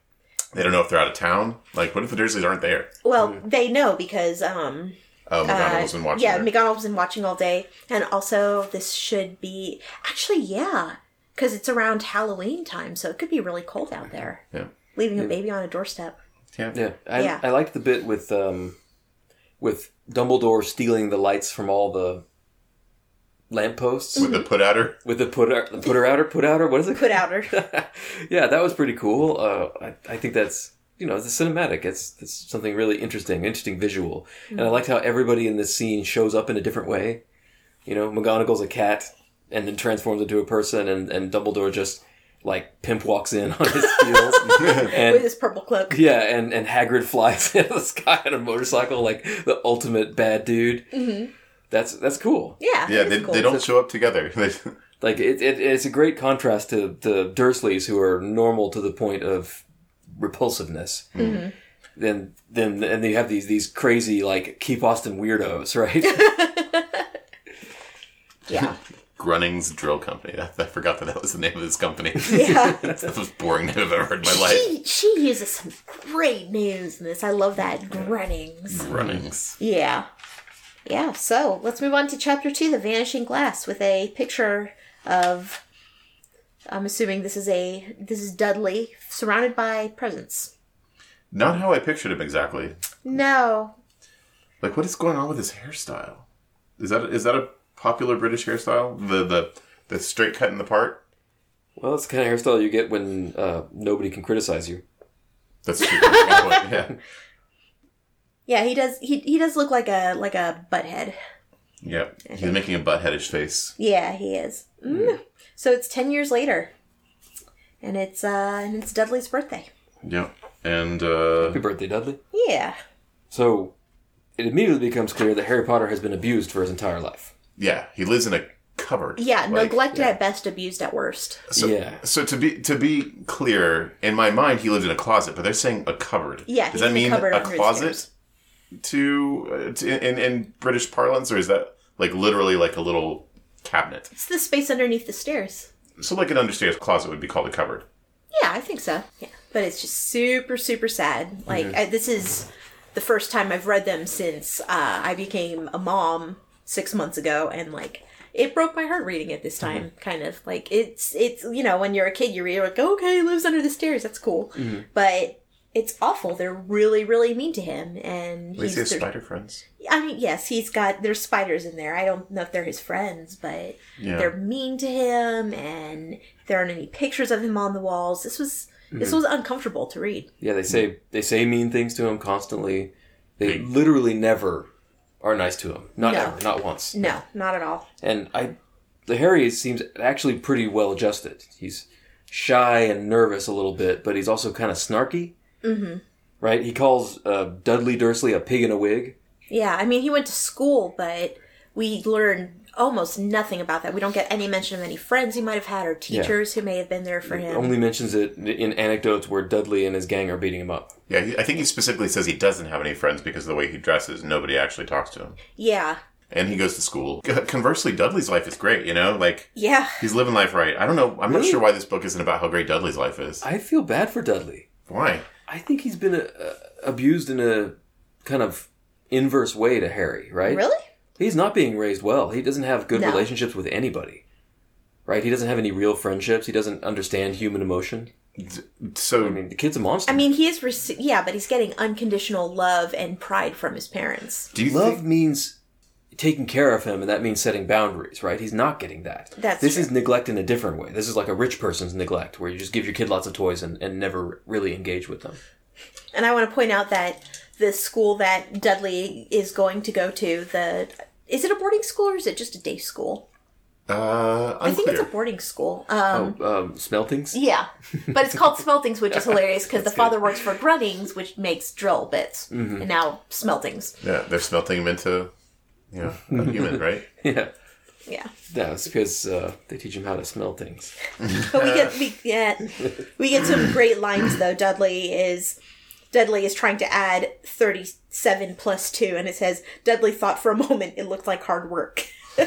[SPEAKER 2] They don't know if they're out of town. Like, what if the Dursleys aren't there?
[SPEAKER 1] Well, they know because um
[SPEAKER 2] Oh, McGonagall's
[SPEAKER 1] uh,
[SPEAKER 2] been watching.
[SPEAKER 1] yeah,
[SPEAKER 2] her.
[SPEAKER 1] McGonagall's been watching all day, and also this should be actually yeah, because it's around Halloween time, so it could be really cold out there.
[SPEAKER 2] yeah.
[SPEAKER 1] Leaving a baby on a doorstep.
[SPEAKER 2] yeah,
[SPEAKER 3] Yeah, I,
[SPEAKER 1] Yeah.
[SPEAKER 3] I liked the bit with um, with Dumbledore stealing the lights from all the lampposts
[SPEAKER 2] With the put outer.
[SPEAKER 3] with the putter, the putter outer, put outer. What is it?
[SPEAKER 1] Put out her.
[SPEAKER 3] yeah, that was pretty cool. Uh, I, I think that's you know it's a cinematic. It's it's something really interesting, interesting visual, and I liked how everybody in this scene shows up in a different way. You know, McGonagall's a cat. and then transforms into a person, and, and Dumbledore just like pimp walks in on his heels,
[SPEAKER 1] with
[SPEAKER 3] and
[SPEAKER 1] his purple cloak.
[SPEAKER 3] yeah, and and Hagrid flies into the sky on a motorcycle, like the ultimate bad dude. Mm-hmm. That's that's cool.
[SPEAKER 1] Yeah,
[SPEAKER 2] Yeah,
[SPEAKER 1] it's
[SPEAKER 2] they,
[SPEAKER 1] cool.
[SPEAKER 2] they don't show up together. They,
[SPEAKER 3] Like it, it, it's a great contrast to the Dursleys, who are normal to the point of repulsiveness. Then, then, and you have these these crazy like keep Austin weirdos, right?
[SPEAKER 1] Yeah,
[SPEAKER 2] Grunnings Drill Company. That, I forgot that that was the name of this company.
[SPEAKER 1] yeah.
[SPEAKER 2] That's the most boring name I've ever heard in my life.
[SPEAKER 1] she she uses some great names in this. I love that grunnings.
[SPEAKER 2] Grunnings.
[SPEAKER 1] Yeah, yeah. So let's move on to chapter two, the vanishing glass, with a picture of. I'm assuming this is a this is Dudley surrounded by presents.
[SPEAKER 2] Not how I pictured him exactly.
[SPEAKER 1] No,
[SPEAKER 2] Like, what is going on with his hairstyle? Is that is that a popular British hairstyle? The the the straight cut in the part.
[SPEAKER 3] Well, it's the kind of hairstyle you get when uh, nobody can criticize you.
[SPEAKER 2] That's true. That's a good point. Yeah.
[SPEAKER 1] yeah, he does. He he does look like a like a butthead.
[SPEAKER 2] Yep. He's making a butt headish face.
[SPEAKER 1] Yeah, he is. Mm. So it's ten years later, and it's uh and it's Dudley's birthday.
[SPEAKER 2] Yep. And uh,
[SPEAKER 3] Happy birthday, Dudley.
[SPEAKER 1] Yeah,
[SPEAKER 3] So it immediately becomes clear that Harry Potter has been abused for his entire life.
[SPEAKER 2] yeah, he lives in a cupboard.
[SPEAKER 1] yeah.
[SPEAKER 2] Like,
[SPEAKER 1] neglected at best, abused at worst.
[SPEAKER 2] So,
[SPEAKER 3] Yeah.
[SPEAKER 2] So to be to be clear, in my mind, he lived in a closet, but they're saying a cupboard.
[SPEAKER 1] Yeah,
[SPEAKER 2] Does
[SPEAKER 1] he's
[SPEAKER 2] that
[SPEAKER 1] in a
[SPEAKER 2] mean
[SPEAKER 1] cupboard
[SPEAKER 2] a
[SPEAKER 1] under his
[SPEAKER 2] closet
[SPEAKER 1] stairs.
[SPEAKER 2] to, uh, to in, in British parlance, or is that like literally like a little cabinet?
[SPEAKER 1] It's the space underneath the stairs.
[SPEAKER 2] So like an understairs closet would be called a cupboard.
[SPEAKER 1] Yeah, I think so. Yeah, but it's just super super sad. Like I, this is the first time I've read them since uh, I became a mom six months ago, and like. It broke my heart reading it this
[SPEAKER 2] Mm-hmm.
[SPEAKER 1] time, kind of like it's it's you know when you're a kid you read it like okay he lives under the stairs that's cool,
[SPEAKER 2] Mm-hmm.
[SPEAKER 1] but it's awful. They're really really mean to him, and
[SPEAKER 2] At least he has
[SPEAKER 1] the-
[SPEAKER 2] spider friends.
[SPEAKER 1] I mean, yes, he's got there's spiders in there. I don't know if they're his friends, but
[SPEAKER 2] Yeah.
[SPEAKER 1] they're mean to him, and there aren't any pictures of him on the walls. This was
[SPEAKER 3] Mm-hmm.
[SPEAKER 1] this was uncomfortable to read.
[SPEAKER 3] Yeah, they say they say mean things to him constantly. They literally never are nice to him. Not
[SPEAKER 1] No.
[SPEAKER 3] ever. Not once.
[SPEAKER 1] No, not at all.
[SPEAKER 3] And I, the Harry seems actually pretty well adjusted. He's shy and nervous a little bit, but he's also kind of snarky. Mm-hmm. Right? He calls uh, Dudley Dursley a pig in a wig.
[SPEAKER 1] Yeah, I mean, he went to school, but we learn almost nothing about that. We don't get any mention of any friends he might have had or teachers who may have been there for him.
[SPEAKER 3] Only mentions it in anecdotes where Dudley and his gang are beating him up.
[SPEAKER 2] Yeah, he, I think he specifically says he doesn't have any friends because of the way he dresses. Nobody actually talks to him,
[SPEAKER 1] yeah,
[SPEAKER 2] and he goes to school. C- Conversely, Dudley's life is great. You know, like
[SPEAKER 1] yeah,
[SPEAKER 2] he's living life right. I don't know. I'm not sure why this book isn't about how great Dudley's life is.
[SPEAKER 3] I feel bad for Dudley.
[SPEAKER 2] Why?
[SPEAKER 3] I think he's been uh, abused in a kind of inverse way to Harry, right?
[SPEAKER 1] really.
[SPEAKER 3] He's not being raised well. He doesn't have good
[SPEAKER 1] No.
[SPEAKER 3] relationships with anybody. Right? He doesn't have any real friendships. He doesn't understand human emotion.
[SPEAKER 2] So
[SPEAKER 3] I mean, the kid's a monster.
[SPEAKER 1] I mean, he is, rece- yeah, but he's getting unconditional love and pride from his parents.
[SPEAKER 2] do you
[SPEAKER 3] Love
[SPEAKER 2] think?
[SPEAKER 3] means taking care of him, and that means setting boundaries, right? He's not getting that.
[SPEAKER 1] That's
[SPEAKER 3] this
[SPEAKER 1] true.
[SPEAKER 3] is neglect in a different way. This is like a rich person's neglect, where you just give your kid lots of toys and, and never really engage with them.
[SPEAKER 1] And I want to point out that the school that Dudley is going to go to, the is it a boarding school or is it just a day school?
[SPEAKER 2] Uh, unclear.
[SPEAKER 1] I think it's a boarding school. Um,
[SPEAKER 3] Um, Smeltings?
[SPEAKER 1] Yeah, but it's called Smeltings, which is hilarious because the father works for Grunnings, which makes drill bits, and now Smeltings.
[SPEAKER 2] Yeah, they're smelting him into, you know, a human, right?
[SPEAKER 3] Yeah.
[SPEAKER 1] Yeah,
[SPEAKER 3] No, it's because uh, they teach him how to smell things.
[SPEAKER 1] but we get we get we get some great lines though. Dudley is. Dudley is trying to add 37 plus 2, and it says, Dudley thought for a moment it looked like hard work.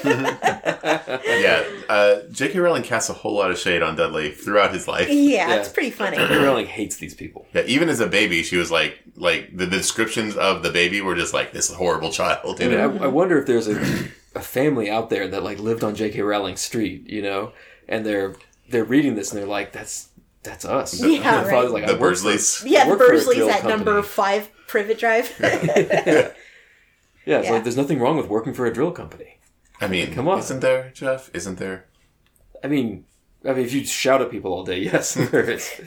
[SPEAKER 2] Yeah. Uh, J.K. Rowling casts a whole lot of shade on Dudley throughout his life.
[SPEAKER 1] yeah,
[SPEAKER 3] Yeah.
[SPEAKER 1] it's pretty funny.
[SPEAKER 3] Rowling hates these people.
[SPEAKER 2] Yeah, even as a baby, she was like, like the descriptions of the baby were just like this horrible child. You know?
[SPEAKER 3] I, I wonder if there's a, a family out there that like lived on J.K. Rowling's street, you know, and they're they're reading this and they're like, "That's that's us."
[SPEAKER 1] Yeah,
[SPEAKER 3] Their father's
[SPEAKER 1] right.
[SPEAKER 3] like,
[SPEAKER 2] The
[SPEAKER 3] "I work for-"
[SPEAKER 2] Bursleys.
[SPEAKER 1] Yeah, the
[SPEAKER 3] work for a
[SPEAKER 1] Bursley's
[SPEAKER 3] drill
[SPEAKER 1] at number
[SPEAKER 3] company.
[SPEAKER 1] five Privet Drive.
[SPEAKER 3] Yeah, it's
[SPEAKER 1] Yeah.
[SPEAKER 3] like there's nothing wrong with working for a drill company.
[SPEAKER 2] I mean,
[SPEAKER 3] Come on.
[SPEAKER 2] isn't there, Jeff? Isn't there?
[SPEAKER 3] I mean, I mean, if you shout at people all day, yes, there is.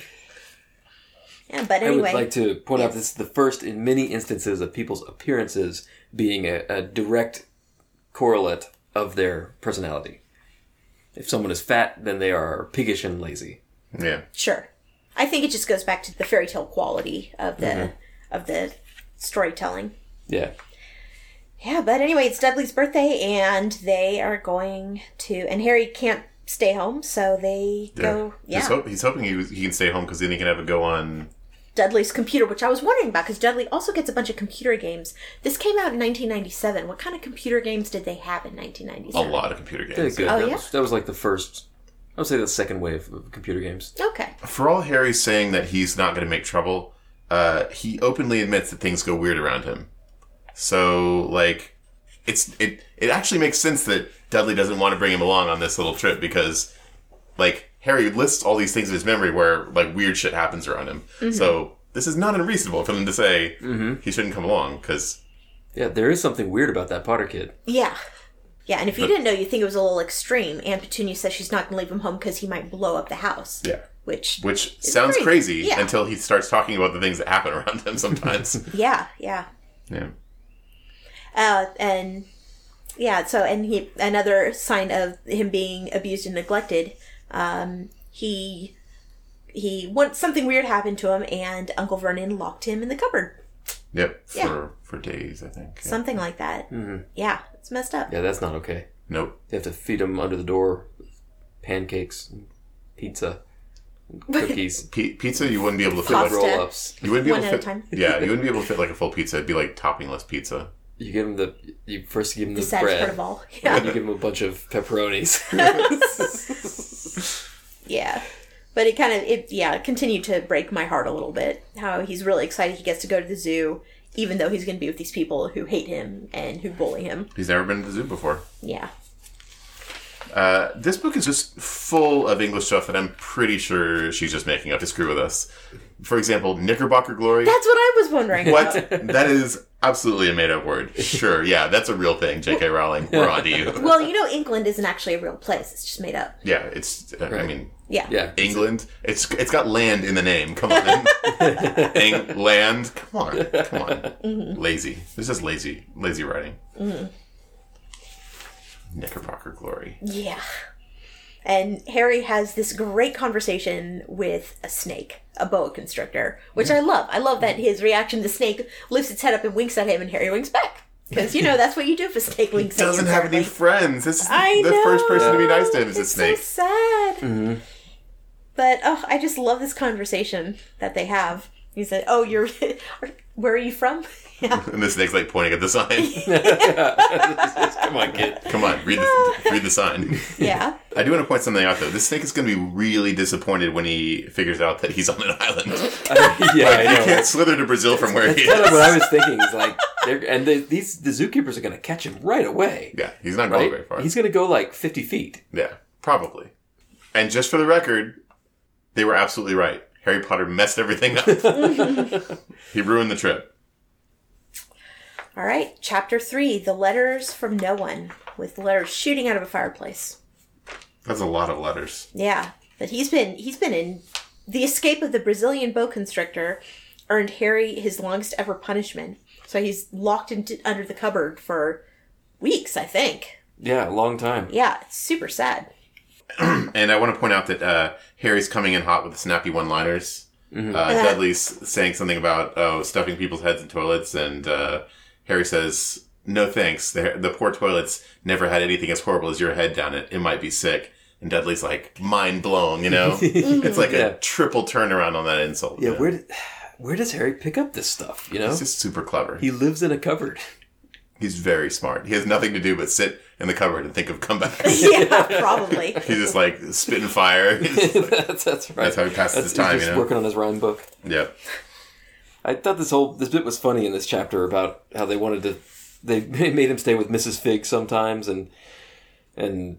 [SPEAKER 1] yeah, but
[SPEAKER 3] I
[SPEAKER 1] anyway,
[SPEAKER 3] would like to point out this is the first in many instances of people's appearances being a, a direct correlate of their personality. If someone is fat, then they are piggish and lazy.
[SPEAKER 2] Yeah.
[SPEAKER 1] Sure. I think it just goes back to the fairy tale quality of the
[SPEAKER 3] Mm-hmm.
[SPEAKER 1] of the storytelling.
[SPEAKER 3] Yeah.
[SPEAKER 1] Yeah, but anyway, it's Dudley's birthday, and they are going to. And Harry can't stay home, so they go.
[SPEAKER 2] He's,
[SPEAKER 1] Yeah,
[SPEAKER 2] hope, he's hoping he, was- he can stay home because then he can have a go on.
[SPEAKER 1] Dudley's computer, which I was wondering about, because Dudley also gets a bunch of computer games. This came out in 1997. What kind of computer games did they have in
[SPEAKER 2] A
[SPEAKER 1] 1997?
[SPEAKER 2] lot of computer
[SPEAKER 3] They're
[SPEAKER 2] games.
[SPEAKER 3] good.
[SPEAKER 1] Oh,
[SPEAKER 3] that,
[SPEAKER 1] yeah?
[SPEAKER 3] was, that was like the first, I would say the second wave of computer games.
[SPEAKER 1] Okay.
[SPEAKER 2] For all Harry's saying that he's not going to make trouble, uh, he openly admits that things go weird around him. So, like, it's it it actually makes sense that Dudley doesn't want to bring him along on this little trip because, like, Harry lists all these things in his memory where like weird shit happens around him.
[SPEAKER 1] Mm-hmm.
[SPEAKER 2] So this is not unreasonable for them to say he shouldn't come along because
[SPEAKER 3] Yeah, there is something weird about that Potter kid.
[SPEAKER 1] Yeah. Yeah, and if you didn't know, you'd think it was a little extreme. Aunt Petunia says she's not going to leave him home because he might blow up the house.
[SPEAKER 2] yeah.
[SPEAKER 1] Which,
[SPEAKER 2] Which sounds crazy,
[SPEAKER 1] crazy, yeah.
[SPEAKER 2] until he starts talking about the things that happen around him sometimes.
[SPEAKER 1] yeah, yeah.
[SPEAKER 2] yeah.
[SPEAKER 1] uh, and yeah so and he another sign of him being abused and neglected um, he he once something weird happened to him and uncle vernon locked him in the cupboard
[SPEAKER 2] Yep. For
[SPEAKER 1] Yeah.
[SPEAKER 2] for days, I think. Yeah.
[SPEAKER 1] something like that yeah it's messed up
[SPEAKER 3] Yeah, that's not okay.
[SPEAKER 2] Nope.
[SPEAKER 3] They have to feed him under the door pancakes, pizza, cookies,
[SPEAKER 2] P- pizza, you wouldn't be able to fit
[SPEAKER 1] Pasta.
[SPEAKER 2] like
[SPEAKER 3] roll ups.
[SPEAKER 2] you wouldn't be
[SPEAKER 1] One
[SPEAKER 2] able
[SPEAKER 1] at a
[SPEAKER 2] to fit,
[SPEAKER 1] time.
[SPEAKER 2] Yeah, you wouldn't be able to fit like a full pizza. It'd be like toppingless pizza.
[SPEAKER 3] You give him the, you first give him the,
[SPEAKER 1] the saddest part
[SPEAKER 3] bread.
[SPEAKER 1] of all
[SPEAKER 3] And
[SPEAKER 1] yeah
[SPEAKER 3] you give him a bunch of pepperonis.
[SPEAKER 1] yeah but it kind of it yeah it continued to break my heart a little bit how he's really excited he gets to go to the zoo even though he's going to be with these people who hate him and who bully him
[SPEAKER 2] He's never been to the zoo before.
[SPEAKER 1] yeah
[SPEAKER 2] Uh, this book is just full of English stuff that I'm pretty sure she's just making up to screw with us. For example, Knickerbocker glory.
[SPEAKER 1] that's what i was wondering about.
[SPEAKER 2] what? that is absolutely a made up word. Sure, yeah, that's a real thing. J.K. Rowling, we're on to you.
[SPEAKER 1] Well, you know, England isn't actually a real place. It's just made up.
[SPEAKER 2] Yeah, it's. I mean,
[SPEAKER 1] Yeah.
[SPEAKER 3] yeah.
[SPEAKER 2] England. It's it's got land in the name. Come on, Eng- land. Come on, come on.
[SPEAKER 1] Mm-hmm.
[SPEAKER 2] Lazy. This is lazy, lazy writing.
[SPEAKER 1] Mm-hmm.
[SPEAKER 2] Knickerbocker glory.
[SPEAKER 1] Yeah. And Harry has this great conversation with a snake, a boa constrictor, which I love. I love that his reaction the snake lifts its head up and winks at him, and Harry winks back. Because, you know, that's what you do if a snake winks at you.
[SPEAKER 2] Doesn't have any
[SPEAKER 1] apparently.
[SPEAKER 2] friends. This is
[SPEAKER 1] I
[SPEAKER 2] the
[SPEAKER 1] know.
[SPEAKER 2] first person to be nice to him is a
[SPEAKER 1] It's
[SPEAKER 2] snake. Mm-hmm.
[SPEAKER 1] so sad. But oh, I just love this conversation that they have. He said, "Oh, you're where are you from?" yeah.
[SPEAKER 2] and the snake's like pointing at the sign.
[SPEAKER 3] Come on, kid.
[SPEAKER 2] Come on, read the, read the sign.
[SPEAKER 1] Yeah.
[SPEAKER 2] I do want to point something out though. This snake is going to be really disappointed when he figures out that he's on an island.
[SPEAKER 3] yeah, I
[SPEAKER 2] he
[SPEAKER 3] know.
[SPEAKER 2] can't slither to Brazil from where he
[SPEAKER 3] That's kind of
[SPEAKER 2] is.
[SPEAKER 3] what I was thinking. Is like, they're, and the, these the zookeepers are going to catch him right away.
[SPEAKER 2] Yeah, he's not going
[SPEAKER 3] Right?
[SPEAKER 2] very far.
[SPEAKER 3] He's going to go like fifty feet.
[SPEAKER 2] Yeah, probably. And just for the record, they were absolutely right. Harry Potter messed everything up. he ruined the trip.
[SPEAKER 1] All right, chapter three The Letters from No One, with letters shooting out of a fireplace.
[SPEAKER 2] That's a lot of letters.
[SPEAKER 1] Yeah, but he's been he's been in the escape of the Brazilian boa constrictor earned Harry his longest ever punishment. So he's locked into under the cupboard for weeks, I think.
[SPEAKER 3] Yeah, a long time.
[SPEAKER 1] Yeah, it's super sad.
[SPEAKER 2] And I want to point out that uh, Harry's coming in hot with the snappy one-liners.
[SPEAKER 3] Mm-hmm.
[SPEAKER 2] Uh, Dudley's saying something about oh stuffing people's heads in toilets, and uh, Harry says, "No thanks. The, the poor toilets never had anything as horrible as your head down it. It might be sick." And Dudley's like mind blown. You know, it's like
[SPEAKER 3] Yeah.
[SPEAKER 2] a triple turnaround on that insult.
[SPEAKER 3] Yeah,
[SPEAKER 2] you know?
[SPEAKER 3] where d- where does Harry pick up this stuff? You know,
[SPEAKER 2] It's just super clever.
[SPEAKER 3] he lives in a cupboard.
[SPEAKER 2] He's very smart. He has nothing to do but sit in the cupboard and think of comebacks.
[SPEAKER 1] yeah, probably.
[SPEAKER 2] He's just like spitting fire. He's just like-
[SPEAKER 3] that's, that's right.
[SPEAKER 2] That's how he passes his
[SPEAKER 3] he's
[SPEAKER 2] time,
[SPEAKER 3] Just
[SPEAKER 2] you know?
[SPEAKER 3] working on his rhyme book.
[SPEAKER 2] yep.
[SPEAKER 3] I thought this whole this bit was funny in this chapter about how they wanted to they made him stay with Mrs. Fig sometimes and and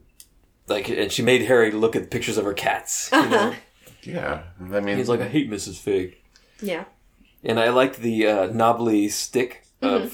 [SPEAKER 3] like and she made Harry look at pictures of her cats. you know?
[SPEAKER 2] Uh-huh. Yeah. I mean,
[SPEAKER 3] He's like, I hate Mrs. Fig.
[SPEAKER 1] Yeah.
[SPEAKER 3] And I like the uh, knobbly stick of
[SPEAKER 2] Mm-hmm.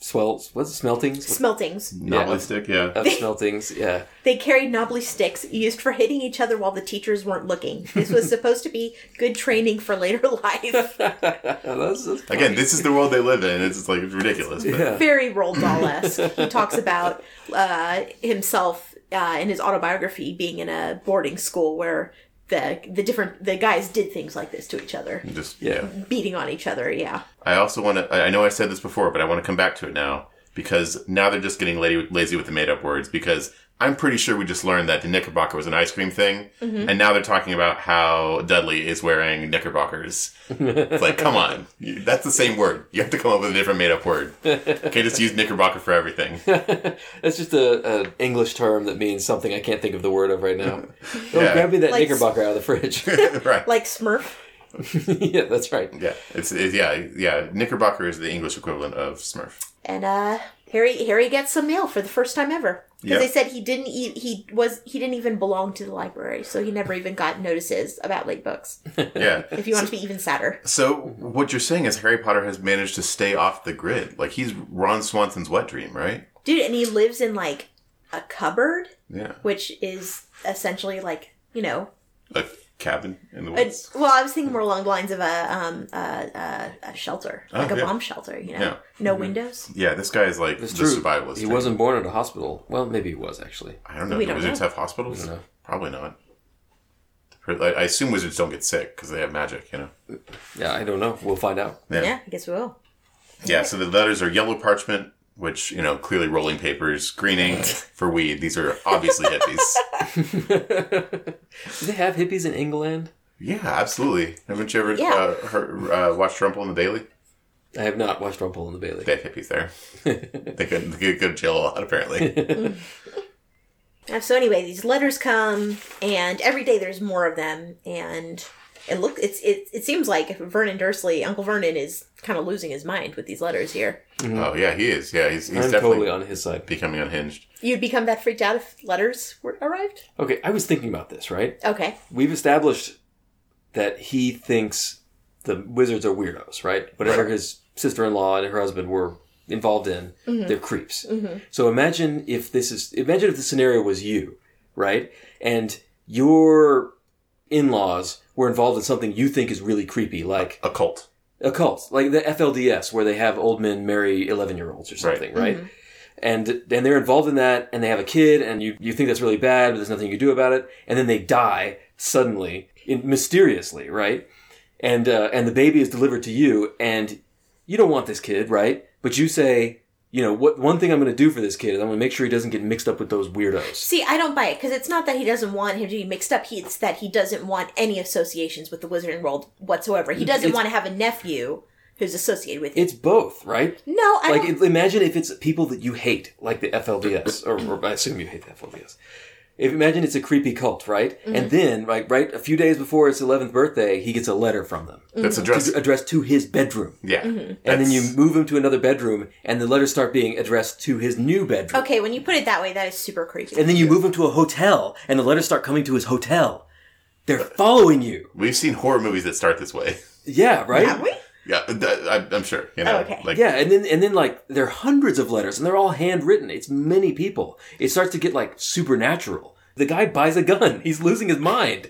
[SPEAKER 3] swells. What's it, smeltings?
[SPEAKER 1] Smeltings.
[SPEAKER 2] knobbly
[SPEAKER 3] yeah.
[SPEAKER 2] stick. Yeah.
[SPEAKER 3] Of smeltings, yeah.
[SPEAKER 1] They carried knobbly sticks used for hitting each other while the teachers weren't looking. This was supposed to be good training for later life.
[SPEAKER 3] Oh, that's- that's funny.
[SPEAKER 2] Again, this is the world they live in. It's just like ridiculous. But
[SPEAKER 3] yeah.
[SPEAKER 1] very Roald Dahl esque. he talks about uh, himself uh, in his autobiography being in a boarding school where the the different the guys did things like this to each other,
[SPEAKER 2] Just
[SPEAKER 3] Yeah.
[SPEAKER 1] beating on each other. Yeah,
[SPEAKER 2] I also want to. I I know I said this before, but I want to come back to it now because now they're just getting lazy, lazy with the made up words. Because I'm pretty sure we just learned that the Knickerbocker was an ice cream thing, and now they're talking about how Dudley is wearing Knickerbockers. it's like, come on, You- that's the same word. You have to come up with a different made up word. You can't just use Knickerbocker for everything.
[SPEAKER 3] That's just a, a English term that means something I can't think of the word of right now. Oh,
[SPEAKER 2] Yeah.
[SPEAKER 3] grab me that
[SPEAKER 1] Like-
[SPEAKER 3] knickerbocker out of the fridge.
[SPEAKER 2] right?
[SPEAKER 1] like Smurf.
[SPEAKER 3] yeah, that's right.
[SPEAKER 2] yeah, it's, it's yeah, yeah. Knickerbocker is the English equivalent of Smurf.
[SPEAKER 1] and uh harry harry gets some mail for the first time ever because
[SPEAKER 2] Yep.
[SPEAKER 1] they said he didn't e- he was he didn't even belong to the library so he never even got notices about late books
[SPEAKER 2] Yeah.
[SPEAKER 1] if you want to be even sadder
[SPEAKER 2] So what you're saying is Harry Potter has managed to stay off the grid. Like he's Ron Swanson's wet dream, right?
[SPEAKER 1] dude and he lives in like a cupboard
[SPEAKER 2] Yeah.
[SPEAKER 1] which is essentially like you know
[SPEAKER 2] A cabin in the
[SPEAKER 1] a,
[SPEAKER 2] woods.
[SPEAKER 1] well i was thinking more along the lines of a um a, a, a shelter like a
[SPEAKER 2] Oh, yeah.
[SPEAKER 1] bomb shelter you know
[SPEAKER 2] Yeah. Mm-hmm.
[SPEAKER 1] no windows
[SPEAKER 2] yeah, this guy is like
[SPEAKER 3] It's
[SPEAKER 2] the
[SPEAKER 3] true.
[SPEAKER 2] survivalist.
[SPEAKER 3] He wasn't born at a hospital. Well, maybe he was actually.
[SPEAKER 2] I don't know.
[SPEAKER 1] We
[SPEAKER 2] Do
[SPEAKER 1] don't
[SPEAKER 2] wizards
[SPEAKER 1] know.
[SPEAKER 2] have hospitals?
[SPEAKER 3] No.
[SPEAKER 2] Probably not. I I assume wizards don't get sick because they have magic, you know.
[SPEAKER 3] Yeah, I don't know. We'll find out.
[SPEAKER 1] yeah, i guess we will
[SPEAKER 2] Yeah, so the letters are yellow parchment, which, you know, clearly rolling papers, green ink for weed. These are obviously hippies.
[SPEAKER 3] Do they have hippies in England?
[SPEAKER 2] Yeah, absolutely. Haven't you ever
[SPEAKER 1] Yeah.
[SPEAKER 2] uh, heard, uh, watched Rumple in the Daily?
[SPEAKER 3] I have not watched Rumple and the Bailey.
[SPEAKER 2] They have hippies there. they could, they could go to jail a lot, apparently.
[SPEAKER 1] Uh, so anyway, these letters come, and every day there's more of them, and it look it's it, it seems like Vernon Dursley, Uncle Vernon, is kind of losing his mind with these letters here.
[SPEAKER 2] Oh yeah, he is. Yeah, he's, he's
[SPEAKER 3] Mm-hmm. I'm
[SPEAKER 2] definitely
[SPEAKER 3] totally on his side.
[SPEAKER 2] becoming unhinged.
[SPEAKER 1] You'd become that freaked out if letters were arrived.
[SPEAKER 3] Okay, I was thinking about this, right?
[SPEAKER 1] Okay,
[SPEAKER 3] We've established that he thinks the wizards are weirdos, right? Whatever
[SPEAKER 2] Right.
[SPEAKER 3] his sister in law and her husband were involved in, they're creeps. So imagine if this is imagine if the scenario was you, right? And your in laws were involved in something you think is really creepy, like
[SPEAKER 2] A cult.
[SPEAKER 3] a cult like the FLDS where they have old men marry 11 year olds or something right, and and they're involved in that and they have a kid and you, you think that's really bad but there's nothing you can do about it and then they die suddenly in, mysteriously right and uh, and the baby is delivered to you and you don't want this kid right but you say you know what one thing I'm going to do for this kid is I'm going to make sure he doesn't get mixed up with those weirdos
[SPEAKER 1] see, I don't buy it because it's not that he doesn't want him to be mixed up; he, it's that he doesn't want any associations with the wizarding world whatsoever. He doesn't
[SPEAKER 3] Mm, It's-
[SPEAKER 1] want to have a nephew who's associated with it.
[SPEAKER 3] it's both right
[SPEAKER 1] No, I
[SPEAKER 3] like
[SPEAKER 1] don't.
[SPEAKER 3] it, imagine if it's people that you hate like the flds or, or i assume you hate the flds if imagine it's a creepy cult right
[SPEAKER 1] Mm-hmm.
[SPEAKER 3] and then like right a few days before his 11th birthday he gets a letter from them
[SPEAKER 1] Mm-hmm.
[SPEAKER 2] That's addressed.
[SPEAKER 3] addressed to his bedroom
[SPEAKER 2] Yeah.
[SPEAKER 3] and then
[SPEAKER 2] That's-
[SPEAKER 3] you move him to another bedroom and the letters start being addressed to his new bedroom
[SPEAKER 1] okay, when you put it that way, that is super creepy.
[SPEAKER 3] and then you move him to a hotel and the letters start coming to his hotel they're following you
[SPEAKER 2] We've seen horror movies that start this way.
[SPEAKER 3] yeah right
[SPEAKER 1] Have we?
[SPEAKER 2] Yeah, th- I, I'm sure. You know,
[SPEAKER 1] Oh, okay.
[SPEAKER 2] like
[SPEAKER 3] Yeah, and then and then like there are hundreds of letters, and they're all handwritten. It's many people. It starts to get like supernatural. The guy buys a gun. He's losing his mind.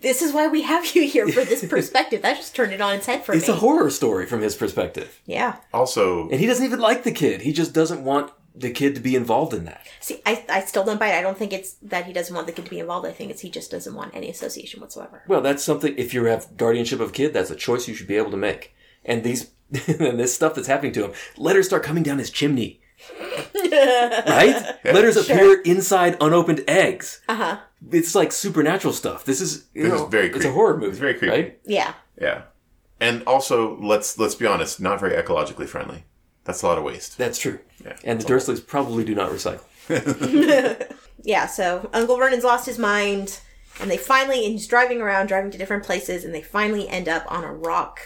[SPEAKER 1] This is why we have you here for this perspective. that just turned it on its head for
[SPEAKER 3] It's
[SPEAKER 1] me.
[SPEAKER 3] a horror story from his perspective,
[SPEAKER 1] yeah.
[SPEAKER 2] also
[SPEAKER 3] and he doesn't even like the kid. He just doesn't want the kid to be involved in that.
[SPEAKER 1] See, I, I still don't buy it. I don't think it's that he doesn't want the kid to be involved. I think it's he just doesn't want any association whatsoever.
[SPEAKER 3] Well, that's something. If you have guardianship of a kid, that's a choice you should be able to make. And these and this stuff that's happening to him, letters start coming down his chimney. right? Letters appear inside unopened eggs. Uh huh. It's like supernatural stuff. This is you
[SPEAKER 2] This
[SPEAKER 3] know,
[SPEAKER 2] is very
[SPEAKER 3] It's a
[SPEAKER 2] creepy.
[SPEAKER 3] horror movie.
[SPEAKER 2] It's very creepy.
[SPEAKER 3] Right?
[SPEAKER 1] Yeah.
[SPEAKER 2] yeah, and also let's let's be honest, not very ecologically friendly. That's a lot of waste.
[SPEAKER 3] That's true. and the Dursleys probably do not recycle.
[SPEAKER 1] Yeah, so Uncle Vernon's lost his mind, and they finally, and he's driving around, driving to different places, and they finally end up on a rock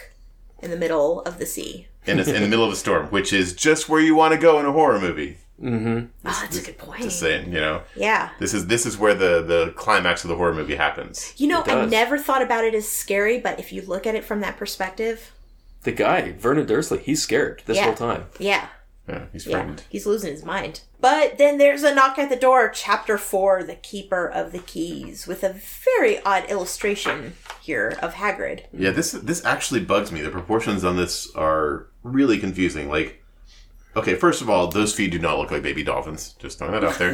[SPEAKER 1] in the middle of the sea.
[SPEAKER 2] In, a, in the middle of a storm, which is just where you want to go in a horror movie.
[SPEAKER 1] oh, that's a good point.
[SPEAKER 2] Just saying, you know,
[SPEAKER 1] yeah.
[SPEAKER 2] this is this is where the the climax of the horror movie happens.
[SPEAKER 1] You know, I
[SPEAKER 3] does.
[SPEAKER 1] never thought about it as scary, but if you look at it from that perspective,
[SPEAKER 3] The guy, Vernon Dursley, he's scared this
[SPEAKER 1] Yeah.
[SPEAKER 3] whole time.
[SPEAKER 1] yeah.
[SPEAKER 2] Yeah, he's
[SPEAKER 1] Yeah,
[SPEAKER 2] frightened.
[SPEAKER 1] he's losing his mind. But then there's a knock at the door, chapter four, The Keeper of the Keys, with a very odd illustration here of Hagrid.
[SPEAKER 2] Yeah, this this actually bugs me. The proportions on this are really confusing. Like Okay, first of all, those feet do not look like baby dolphins. Just throwing that out there.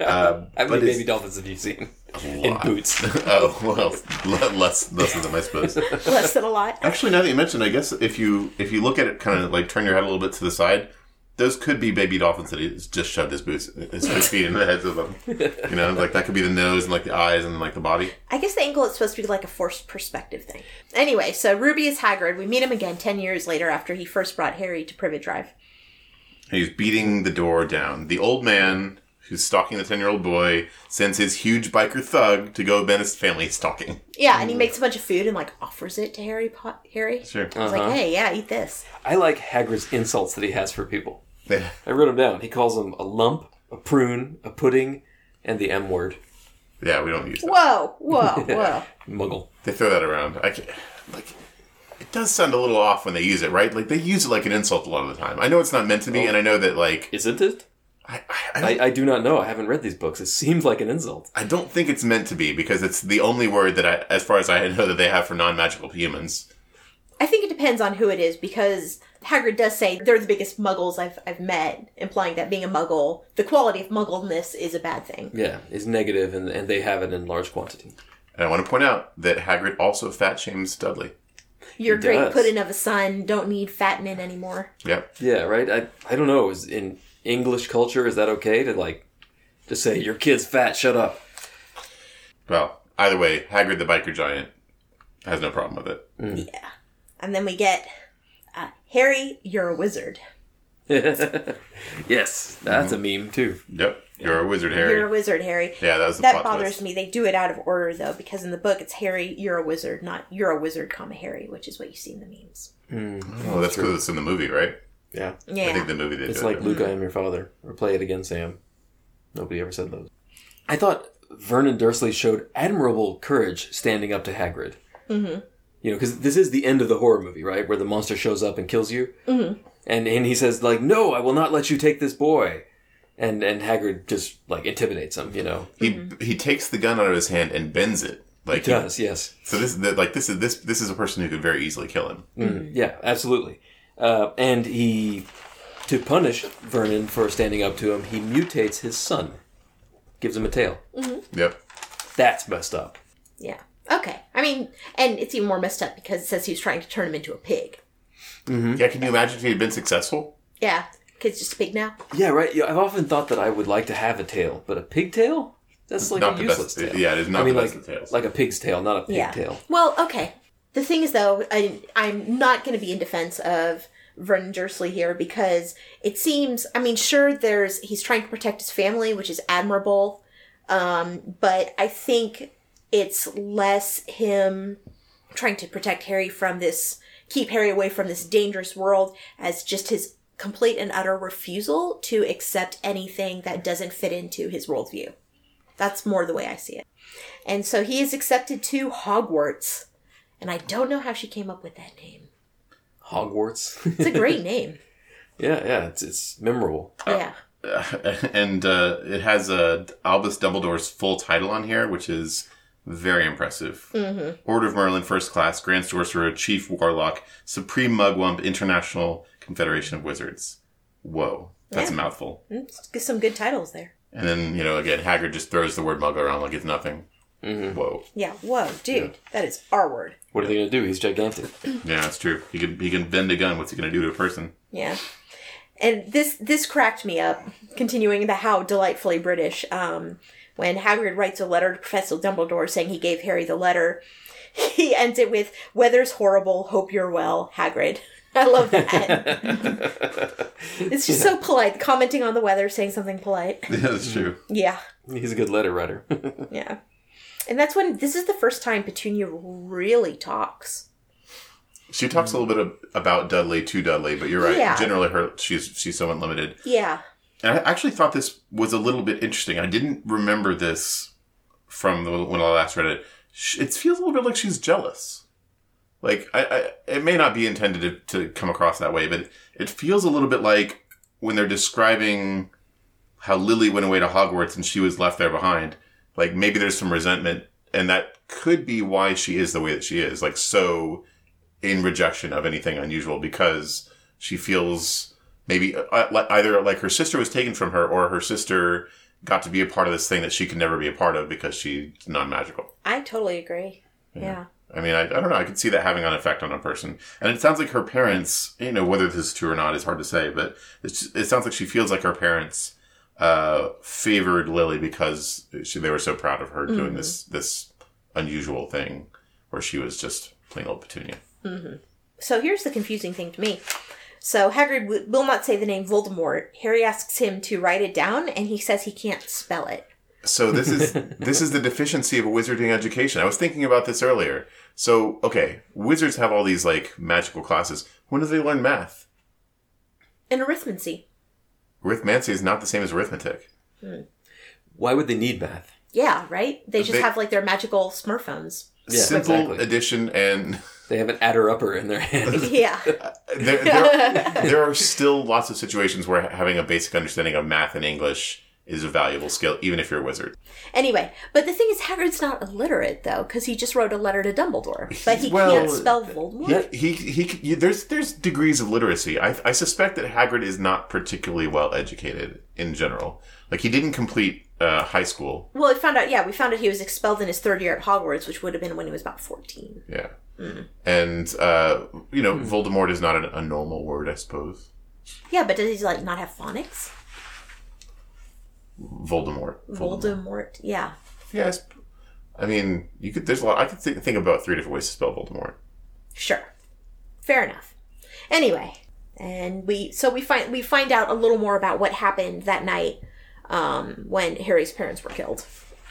[SPEAKER 2] Uh,
[SPEAKER 3] How
[SPEAKER 2] But
[SPEAKER 3] many
[SPEAKER 2] it's-
[SPEAKER 3] baby dolphins have you seen? In
[SPEAKER 2] lot.
[SPEAKER 3] boots.
[SPEAKER 2] oh well, le- less less than them, I suppose.
[SPEAKER 1] Less than a lot.
[SPEAKER 2] Actually, now that you mentioned, I guess if you if you look at it, kind of like turn your head a little bit to the side, those could be baby dolphins that he's just shoved his boots his two feet in the heads of them. You know, like that could be the nose and like the eyes and like the body.
[SPEAKER 1] I guess the angle is supposed to be like a forced perspective thing. Anyway, so Ruby is Hagrid. We meet him again 10 years later after he first brought Harry to Privet Drive.
[SPEAKER 2] He's beating the door down. The old man who's stalking the ten year old boy sends his huge biker thug to go bend his family stalking.
[SPEAKER 1] Yeah, and he makes a bunch of food and like offers it to Harry. Po- Harry, it's
[SPEAKER 2] Sure.
[SPEAKER 1] like, hey, yeah, eat this.
[SPEAKER 3] I like Hagrid's insults that he has for people.
[SPEAKER 2] Yeah.
[SPEAKER 3] I wrote them down. He calls them a lump, a prune, a pudding, and the M word,
[SPEAKER 2] Yeah, we don't use that.
[SPEAKER 1] Whoa, whoa, whoa.
[SPEAKER 3] muggle.
[SPEAKER 2] They throw that around. I can't, like it does sound a little off when they use it, right? Like they use it like an insult a lot of the time. I know it's not meant to be, and I know that like
[SPEAKER 3] Isn't it?
[SPEAKER 2] I I, I, don't,
[SPEAKER 3] I, I do not know. I haven't read these books. It seems like an insult.
[SPEAKER 2] I don't think it's meant to be because it's the only word that I, as far as I know, that they have for non magical humans.
[SPEAKER 1] I think it depends on who it is because Hagrid does say they're the biggest muggles I've, I've met, implying that being a muggle, the quality of muggleness is a bad thing.
[SPEAKER 3] Yeah, is negative, and, and they have it in large quantity.
[SPEAKER 2] And I want to point out that Hagrid also fat shames Dudley.
[SPEAKER 1] You're
[SPEAKER 3] He
[SPEAKER 1] great
[SPEAKER 3] does.
[SPEAKER 1] pudding of a son, don't need fattening anymore.
[SPEAKER 2] Yep.
[SPEAKER 3] Yeah, right. I I don't know. Is in English culture is that okay to like just say your kid's fat? Shut up.
[SPEAKER 2] Well, either way, Hagrid the biker giant has no problem with it.
[SPEAKER 1] And then we get uh, Harry, you're a wizard.
[SPEAKER 3] yes, that's a meme too.
[SPEAKER 2] Yep. You're a wizard, Harry.
[SPEAKER 1] You're a wizard, Harry.
[SPEAKER 2] yeah, that was the
[SPEAKER 1] That
[SPEAKER 2] plot
[SPEAKER 1] bothers
[SPEAKER 2] twist.
[SPEAKER 1] me. They do it out of order though, because in the book it's Harry, you're a wizard, not you're a wizard, comma Harry, which is what you see in the memes.
[SPEAKER 2] Oh, that's because it's in the movie, right?
[SPEAKER 3] Yeah,
[SPEAKER 1] Yeah.
[SPEAKER 2] I think the movie did.
[SPEAKER 3] it's
[SPEAKER 2] do
[SPEAKER 3] like
[SPEAKER 2] it.
[SPEAKER 3] Luke, I am your father, or play it again, Sam. Nobody ever said those. I thought Vernon Dursley showed admirable courage standing up to Hagrid. Mm-hmm. You know, because this is the end of the horror movie, right, where the monster shows up and kills you, mm-hmm. and and he says like, "No, I will not let you take this boy," and and Hagrid just like intimidates him. You know,
[SPEAKER 2] he
[SPEAKER 1] Mm-hmm.
[SPEAKER 2] he takes the gun out of his hand and bends it. Like
[SPEAKER 3] He does yes.
[SPEAKER 2] so, this the, like this is this this is a person who could very easily kill him.
[SPEAKER 3] Mm. Yeah, absolutely. Uh, and he, to punish Vernon for standing up to him, he mutates his son, gives him a tail.
[SPEAKER 2] Yep.
[SPEAKER 3] That's messed up.
[SPEAKER 1] Yeah. Okay. I mean, and it's even more messed up because it says he was trying to turn him into a pig.
[SPEAKER 3] Hmm?
[SPEAKER 2] Yeah. Can you imagine if he had been successful?
[SPEAKER 1] Yeah. Kid's just a pig now.
[SPEAKER 3] Yeah, right. Yeah, I've often thought that I would like to have a tail, but a pigtail? That's like
[SPEAKER 2] Not
[SPEAKER 3] a
[SPEAKER 2] the
[SPEAKER 3] useless
[SPEAKER 2] best.
[SPEAKER 3] tail.
[SPEAKER 2] Yeah, it is not
[SPEAKER 3] I mean,
[SPEAKER 2] the best of
[SPEAKER 3] like,
[SPEAKER 2] tails.
[SPEAKER 3] like a pig's tail, not a
[SPEAKER 1] Yeah.
[SPEAKER 3] pigtail.
[SPEAKER 1] Well, okay. The thing is, though, I, I'm not going to be in defense of Vernon Dursley here because it seems. I mean, sure, there's he's trying to protect his family, which is admirable, um, but I think it's less him trying to protect Harry from this, keep Harry away from this dangerous world, as just his complete and utter refusal to accept anything that doesn't fit into his worldview. That's more the way I see it. And so he is accepted to Hogwarts. And I don't know how she came up with that name.
[SPEAKER 3] Hogwarts.
[SPEAKER 1] It's a great name.
[SPEAKER 3] yeah, yeah, it's, it's memorable.
[SPEAKER 1] Yeah.
[SPEAKER 2] and uh, it has uh, Albus Dumbledore's full title on here, which is very impressive. Mm-hmm. Order of Merlin, First Class, Grand Sorcerer, Chief Warlock, Supreme Mugwump, International Confederation of Wizards. Whoa, that's a
[SPEAKER 1] Yeah.
[SPEAKER 2] mouthful.
[SPEAKER 1] Let's get Mm-hmm. some good titles there.
[SPEAKER 2] And then you know, again, Hagrid just throws the word muggle around like it's nothing. Whoa.
[SPEAKER 1] Yeah. Whoa, dude. That is our word.
[SPEAKER 3] What are they going to do? He's gigantic.
[SPEAKER 2] Yeah, that's true. He can he can bend a gun. What's he gonna do to a person?
[SPEAKER 1] Yeah. And this this cracked me up, continuing the how delightfully British. Um, when Hagrid writes a letter to Professor Dumbledore saying he gave Harry the letter, he ends it with "Weather's horrible. Hope you're well, Hagrid." I love that. it's just so polite, commenting on the weather, saying something polite.
[SPEAKER 2] Yeah, that's true.
[SPEAKER 1] Yeah.
[SPEAKER 3] He's a good letter writer.
[SPEAKER 1] Yeah. And that's when this is the first time Petunia really talks.
[SPEAKER 2] She talks a little bit ab- about Dudley to Dudley, but you're right.
[SPEAKER 1] Yeah.
[SPEAKER 2] Generally, her she's she's somewhat limited.
[SPEAKER 1] Yeah.
[SPEAKER 2] And I actually thought this was a little bit interesting. I didn't remember this from the, when I last read it. Sh- It feels a little bit like she's jealous. Like I, I it may not be intended to, to come across that way, but it feels a little bit like when they're describing how Lily went away to Hogwarts and she was left there behind. Like maybe there's some resentment, and that could be why she is the way that she is. Like so in rejection of anything unusual because she feels maybe uh, li- either like her sister was taken from her or her sister got to be a part of this thing that she could never be a part of because she's non-magical.
[SPEAKER 1] I totally agree. Yeah.
[SPEAKER 2] I mean, I, I don't know. I could see that having an effect on a person. And it sounds like her parents, you know, whether this is true or not is hard to say, but it's, it sounds like she feels like her parents uh, favored Lily because she, they were so proud of her doing this, this unusual thing where she was just plain old Petunia.
[SPEAKER 1] So here's the confusing thing to me. So Hagrid w- will not say the name Voldemort. Harry asks him to write it down, and he says he can't spell it.
[SPEAKER 2] So this is this is the deficiency of a wizarding education. I was thinking about this earlier. So okay, wizards have all these like magical classes. When do they learn math?
[SPEAKER 1] An arithmancy.
[SPEAKER 2] Arithmancy is not the same as arithmetic.
[SPEAKER 3] Why would they need math?
[SPEAKER 1] Yeah, right? They just
[SPEAKER 2] They-
[SPEAKER 1] have like their magical smartphones.
[SPEAKER 3] Yeah,
[SPEAKER 2] Simple
[SPEAKER 3] exactly.
[SPEAKER 2] addition and
[SPEAKER 3] They have an adder upper in their hand.
[SPEAKER 1] Yeah.
[SPEAKER 2] there, there, there are still lots of situations where having a basic understanding of math and English is a valuable skill, even if you're a wizard.
[SPEAKER 1] anyway, but the thing is, Hagrid's not illiterate, though, because he just wrote a letter to Dumbledore. But he
[SPEAKER 2] Well,
[SPEAKER 1] can't spell Voldemort.
[SPEAKER 3] yeah.
[SPEAKER 2] He, he, you, there's, there's degrees of literacy. I, I suspect that Hagrid is not particularly well educated in general. Like he didn't complete uh, high school.
[SPEAKER 1] Well, we found out, yeah, we found out he was expelled in his third year at Hogwarts, which would have been when he was about 14.
[SPEAKER 2] Yeah,
[SPEAKER 1] Mm.
[SPEAKER 2] and uh, you know, Voldemort is not an, a normal word, I suppose.
[SPEAKER 1] Yeah, but does he, like, not have phonics?
[SPEAKER 2] Voldemort.
[SPEAKER 1] Voldemort. Yeah.
[SPEAKER 2] Yes. I mean, you could. There's a lot. I could thi- think about three different ways to spell Voldemort.
[SPEAKER 1] Sure. Fair enough. Anyway, and we so we find we find out a little more about what happened that night um, when Harry's parents were killed.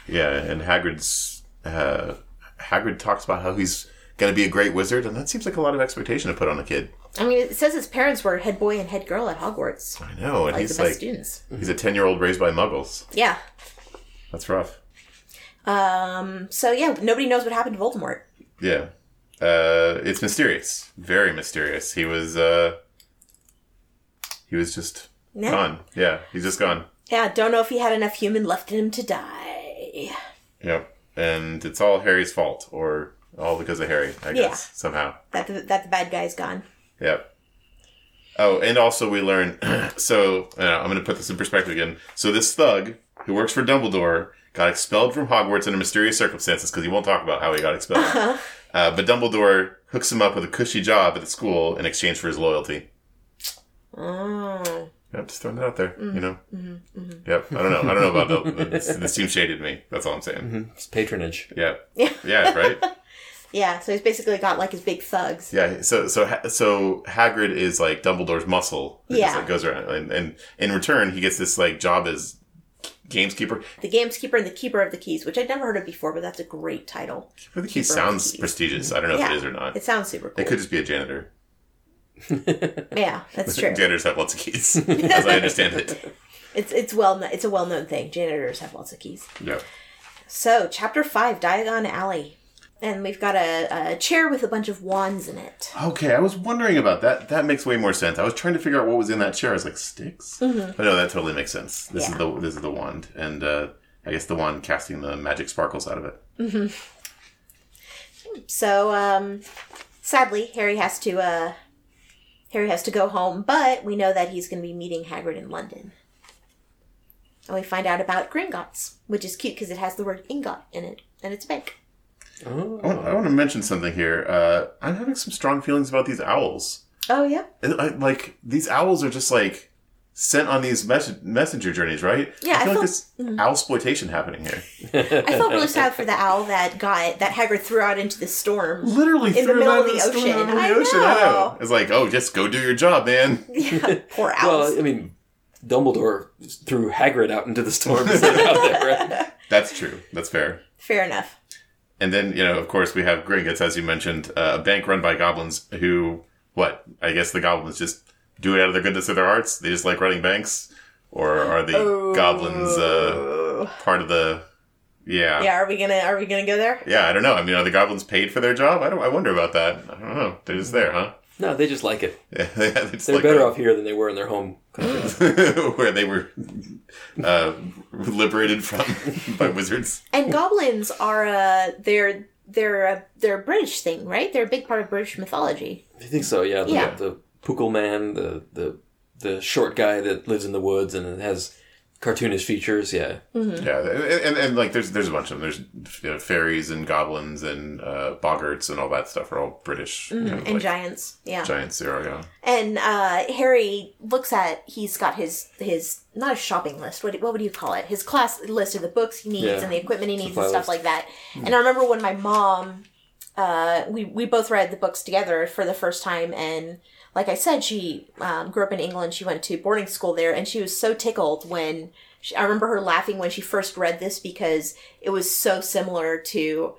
[SPEAKER 2] Yeah, and Hagrid's uh, Hagrid talks about how he's going to be a great wizard, and that seems like a lot of expectation to put on a kid.
[SPEAKER 1] I mean, it says his parents were head boy and head girl at Hogwarts,
[SPEAKER 2] I know, and
[SPEAKER 1] like
[SPEAKER 2] he's
[SPEAKER 1] the best
[SPEAKER 2] like
[SPEAKER 1] students.
[SPEAKER 2] he's a ten year old raised by Muggles.
[SPEAKER 1] Yeah.
[SPEAKER 2] That's rough.
[SPEAKER 1] Um, so yeah, nobody knows what happened to Voldemort.
[SPEAKER 2] Yeah, uh, it's mysterious, very mysterious. He was uh, he was just
[SPEAKER 1] Yeah.
[SPEAKER 2] gone. Yeah, he's just gone.
[SPEAKER 1] Yeah, don't know if he had enough human left in him to die.
[SPEAKER 2] Yep, and it's all Harry's fault, or all because of Harry, I guess somehow.
[SPEAKER 1] That the, that the bad guy's gone.
[SPEAKER 2] Yep. Oh, and also we learn. so uh, I'm going to put this in perspective again. So this thug who works for Dumbledore got expelled from Hogwarts under mysterious circumstances because he won't talk about how he got expelled. uh but Dumbledore hooks him up with a cushy job at the school in exchange for his loyalty.
[SPEAKER 1] Oh,
[SPEAKER 2] Yep, just throwing that out there. You know. Yep. I don't know. I don't know about that. This, this team shaded me. That's all I'm saying.
[SPEAKER 3] It's patronage.
[SPEAKER 2] Yep. Yeah. Yeah. Right.
[SPEAKER 1] yeah. So he's basically got like his big thugs.
[SPEAKER 2] Yeah, so so Ha- so Hagrid is like Dumbledore's muscle. that just,
[SPEAKER 1] Yeah.
[SPEAKER 2] like, goes around, and, and in return, he gets this like job as gameskeeper.
[SPEAKER 1] The Gameskeeper and the Keeper of the Keys, which I'd never heard of before, but that's a great title.
[SPEAKER 2] I think he sounds prestigious. I don't know if it is or not.
[SPEAKER 1] It sounds super cool.
[SPEAKER 2] It could just be a janitor.
[SPEAKER 1] Yeah, that's true.
[SPEAKER 2] Janitors have lots of keys, as I understand it.
[SPEAKER 1] It's it's well kno- it's a well known thing. Janitors have lots of keys.
[SPEAKER 2] Yeah.
[SPEAKER 1] So chapter five, Diagon Alley, and we've got a, a chair with a bunch of wands in it.
[SPEAKER 2] Okay, I was wondering about that. That makes way more sense. I was trying to figure out what was in that chair. I was like sticks. But no, that totally makes sense. This
[SPEAKER 1] Mm-hmm. Yeah.
[SPEAKER 2] is the this is the wand, and uh, I guess the wand casting the magic sparkles out of it.
[SPEAKER 1] So um, sadly, Harry has to uh, Harry has to go home, but we know that he's going to be meeting Hagrid in London. And we find out about Gringotts, which is cute because it has the word ingot in it, and it's a bank.
[SPEAKER 2] I want, Oh, I want to mention something here. Uh, I'm having some strong feelings about these owls.
[SPEAKER 1] Oh yeah,
[SPEAKER 2] And, I, like these owls are just like sent on these mes- messenger journeys, right?
[SPEAKER 1] Yeah,
[SPEAKER 2] I
[SPEAKER 1] I mm-hmm. felt-
[SPEAKER 2] feel like this owl exploitation happening here.
[SPEAKER 1] I felt really sad for the owl that got that Hagrid threw out into the storm.
[SPEAKER 2] Literally
[SPEAKER 1] the
[SPEAKER 2] threw it
[SPEAKER 1] middle
[SPEAKER 2] out
[SPEAKER 1] of the
[SPEAKER 2] storm
[SPEAKER 1] ocean.
[SPEAKER 2] out of the
[SPEAKER 1] I
[SPEAKER 2] ocean. I
[SPEAKER 1] know.
[SPEAKER 2] know. It's like, oh, just go do your job, man.
[SPEAKER 1] Yeah, poor owls.
[SPEAKER 3] Well, uh, I mean, Dumbledore threw Hagrid out into the storm instead of out there, right?
[SPEAKER 2] That's true. That's fair.
[SPEAKER 1] Fair enough.
[SPEAKER 2] And then you know, of course, we have Gringotts, as you mentioned, uh, a bank run by goblins who, what? I guess the goblins just do it out of the goodness of their hearts. They just like running banks, or are the
[SPEAKER 3] Oh.
[SPEAKER 2] goblins uh, part of the?
[SPEAKER 1] Yeah, are we gonna are we gonna go there?
[SPEAKER 2] Yeah, I don't know. I mean, are the goblins paid for their job? I don't. I wonder about that. I don't know. They're just there, huh?
[SPEAKER 3] No, they just like it.
[SPEAKER 2] Yeah, they're just
[SPEAKER 3] They're
[SPEAKER 2] like
[SPEAKER 3] better off here than they were in their home. country.
[SPEAKER 2] where they were uh, liberated from by wizards.
[SPEAKER 1] And goblins are uh they're they're a, they're a British thing, right? They're a big part of British mythology.
[SPEAKER 3] I think so. Yeah, the,
[SPEAKER 1] Yeah.
[SPEAKER 3] the Pukul man, the the the short guy that lives in the woods and has cartoonish features. Yeah,
[SPEAKER 2] Yeah, and, and, and like there's there's a bunch of them. There's you know, fairies and goblins and uh, boggarts and all that stuff are all British kind of
[SPEAKER 1] and
[SPEAKER 2] like
[SPEAKER 1] giants. Yeah.
[SPEAKER 2] giants. There yeah.
[SPEAKER 1] And uh, Harry looks at he's got his his not a shopping list. What what would you call it? His class list of the books he needs
[SPEAKER 3] Yeah.
[SPEAKER 1] and the equipment he needs and
[SPEAKER 3] Supply
[SPEAKER 1] stuff like
[SPEAKER 3] list.
[SPEAKER 1] that. And I remember when my mom, uh, we we both read the books together for the first time. And like I said, she um, grew up in England. She went to boarding school there, and she was so tickled when she, I remember her laughing when she first read this because it was so similar to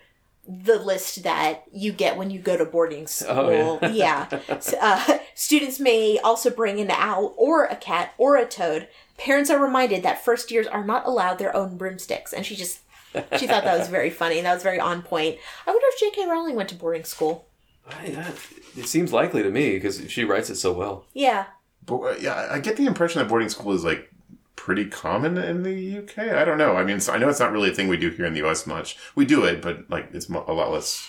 [SPEAKER 1] the list that you get when you go to boarding school.
[SPEAKER 3] Oh,
[SPEAKER 1] yeah. S- uh, students may also bring an owl or a cat or a toad. Parents are reminded that first years are not allowed their own broomsticks. And she just, she thought that was very funny. That was very on point. I wonder if J.K. Rowling went to boarding school.
[SPEAKER 3] I, I, it seems likely to me because she writes it so well.
[SPEAKER 1] Yeah.
[SPEAKER 2] But uh, yeah, I- I get the impression that boarding school is like pretty common in the UK. I don't know. I mean, it's, I know it's not really a thing we do here in the US much. We do it, but like it's mo- a lot less.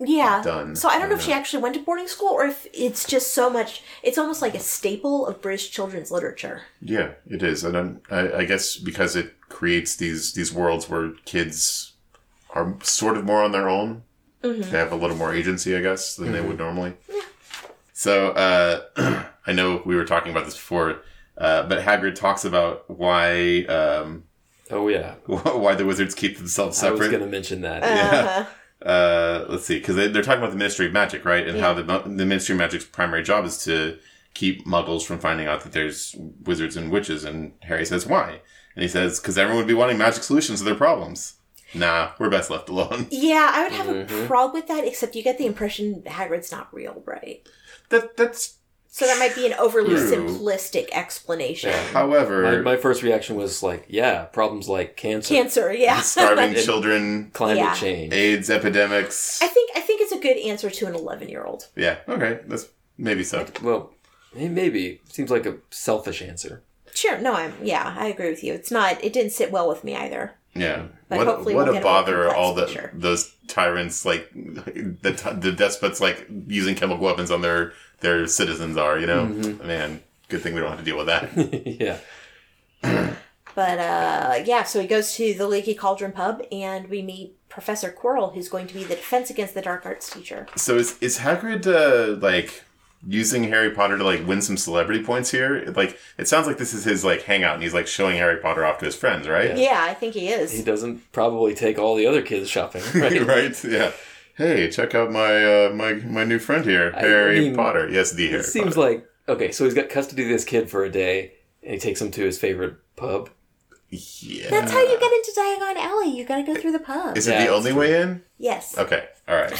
[SPEAKER 1] Yeah.
[SPEAKER 2] Done.
[SPEAKER 1] So I don't know
[SPEAKER 2] I
[SPEAKER 1] if she actually went to boarding school or if it's just so much, it's almost like a staple of British children's literature.
[SPEAKER 2] Yeah, it is, and I'm, I, I guess because it creates these these worlds where kids are sort of more on their own. They have a little more agency, I guess, than
[SPEAKER 3] Mm-hmm.
[SPEAKER 2] they would normally. So uh, I know we were talking about this before, uh, but Hagrid talks about why um,
[SPEAKER 3] Oh yeah,
[SPEAKER 2] why the wizards keep themselves
[SPEAKER 3] I was
[SPEAKER 2] separate.
[SPEAKER 3] going to mention that.
[SPEAKER 2] Yeah. Uh, let's see, because they, they're talking about the Ministry of Magic, right? And how the, mo- the Ministry of Magic's primary job is to keep muggles from finding out that there's wizards and witches. And Harry says, why? And he says, because everyone would be wanting magic solutions to their problems. Nah, we're best left alone.
[SPEAKER 1] Yeah, I would have a problem with that, except you get the impression Hagrid's not real, right?
[SPEAKER 2] that That's,
[SPEAKER 1] So that might be an overly
[SPEAKER 2] True.
[SPEAKER 1] simplistic explanation.
[SPEAKER 3] Yeah.
[SPEAKER 2] however,
[SPEAKER 3] My, my first reaction was like, yeah, problems like cancer,
[SPEAKER 1] Cancer, yeah.
[SPEAKER 2] starving children,
[SPEAKER 3] climate
[SPEAKER 1] Yeah.
[SPEAKER 3] change.
[SPEAKER 2] AIDS epidemics.
[SPEAKER 1] I think I think it's a good answer to an eleven year old.
[SPEAKER 2] yeah, okay, that's maybe so.
[SPEAKER 3] Well, eh, maybe seems like a selfish answer.
[SPEAKER 1] Sure, no, I'm yeah, I agree with you. It's not it didn't sit well with me either.
[SPEAKER 2] Yeah.
[SPEAKER 1] But
[SPEAKER 2] Um, what
[SPEAKER 1] hopefully
[SPEAKER 2] what
[SPEAKER 1] we'll
[SPEAKER 2] a
[SPEAKER 1] get a more
[SPEAKER 2] bother are
[SPEAKER 1] complex
[SPEAKER 2] all the
[SPEAKER 1] picture.
[SPEAKER 2] those tyrants like the t- the despots like using chemical weapons on their their citizens are, you know?
[SPEAKER 3] Mm-hmm.
[SPEAKER 2] Man, good thing we don't have to deal with that.
[SPEAKER 3] yeah,
[SPEAKER 1] But uh yeah, so he goes to the Leaky Cauldron pub and we meet Professor Quirrell, who's going to be the defense against the dark arts teacher.
[SPEAKER 2] so is is Hagrid uh, like using Harry Potter to like win some celebrity points here? Like it sounds like this is his like hangout and he's like showing Harry Potter off to his friends, right?
[SPEAKER 1] Yeah, I think he is.
[SPEAKER 3] he doesn't probably take all the other kids shopping. Right?
[SPEAKER 2] right? Yeah. Hey, check out my uh, my my new friend here, Harry
[SPEAKER 3] mean,
[SPEAKER 2] Potter. Yes, the Harry
[SPEAKER 3] It seems
[SPEAKER 2] Potter.
[SPEAKER 3] like okay, so he's got custody of this kid for a day, and he takes him to his favorite pub.
[SPEAKER 2] yeah.
[SPEAKER 1] That's how you get into Diagon Alley. You gotta go through the pub.
[SPEAKER 2] uh, is
[SPEAKER 3] Yeah,
[SPEAKER 2] it the
[SPEAKER 3] that's
[SPEAKER 2] only way in?
[SPEAKER 1] Yes.
[SPEAKER 2] Okay. All right.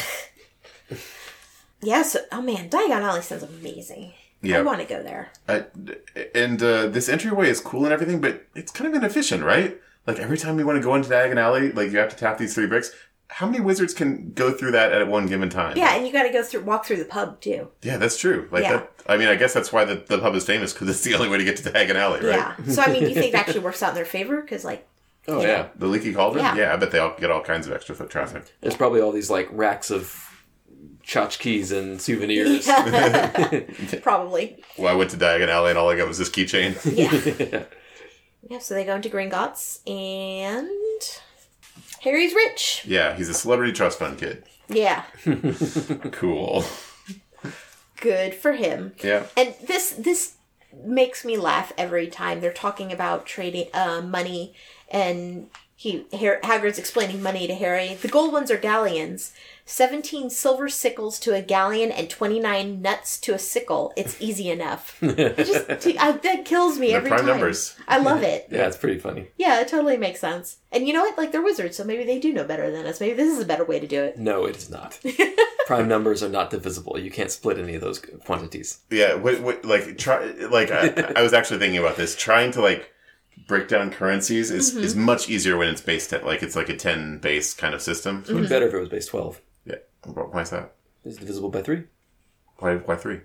[SPEAKER 1] Yes. Oh man, Diagon Alley sounds amazing. I
[SPEAKER 2] Yeah.
[SPEAKER 1] want to go there.
[SPEAKER 2] I, and uh, this entryway is cool and everything, but it's kind of inefficient, right? Like every time you want to go into Diagon Alley, like you have to tap these three bricks. How many wizards can go through that at one given time?
[SPEAKER 1] Yeah, and you got to go through walk through the pub too.
[SPEAKER 2] yeah, that's true. Like
[SPEAKER 1] Yeah.
[SPEAKER 2] that. I mean, I guess that's why the, the pub is famous because it's the only way to get to Diagon Alley, right?
[SPEAKER 1] Yeah. So I mean, you think that actually works out in their favor because like
[SPEAKER 3] Oh yeah,
[SPEAKER 2] The leaky cauldron.
[SPEAKER 1] Yeah.
[SPEAKER 2] Yeah. I bet they all get all kinds of extra foot traffic.
[SPEAKER 3] there's probably all these like racks of tchotchkes and souvenirs.
[SPEAKER 1] probably.
[SPEAKER 2] Well, I went to Diagon Alley and all I got was this keychain.
[SPEAKER 1] Yeah. yeah. So they go into Gringotts and Harry's rich.
[SPEAKER 2] yeah, he's a celebrity trust fund kid.
[SPEAKER 1] Yeah.
[SPEAKER 2] Cool.
[SPEAKER 1] Good for him.
[SPEAKER 2] Yeah.
[SPEAKER 1] And this this makes me laugh every time they're talking about trading uh, money and he Har- Hagrid's explaining money to Harry. The gold ones are galleons. 17 silver sickles to a galleon and 29 nuts to a sickle. It's easy enough. I just I, that kills me
[SPEAKER 2] They're
[SPEAKER 1] every
[SPEAKER 2] prime
[SPEAKER 1] time.
[SPEAKER 2] numbers.
[SPEAKER 1] I love it.
[SPEAKER 3] yeah, it's pretty funny.
[SPEAKER 1] Yeah, it totally makes sense. And you know what? Like they're wizards, so maybe they do know better than us. Maybe this is a better way to do it.
[SPEAKER 3] No, it is not. Prime numbers are not divisible. You can't split any of those quantities.
[SPEAKER 2] Yeah, what, what, like try like I, I was actually thinking about this. Trying to like break down currencies is,
[SPEAKER 3] Mm-hmm.
[SPEAKER 2] is much easier when it's based at like it's like a ten base kind of system.
[SPEAKER 3] It would be better if it was base twelve.
[SPEAKER 2] Yeah, Wh- why is that?
[SPEAKER 3] It's divisible by three.
[SPEAKER 2] Why why three?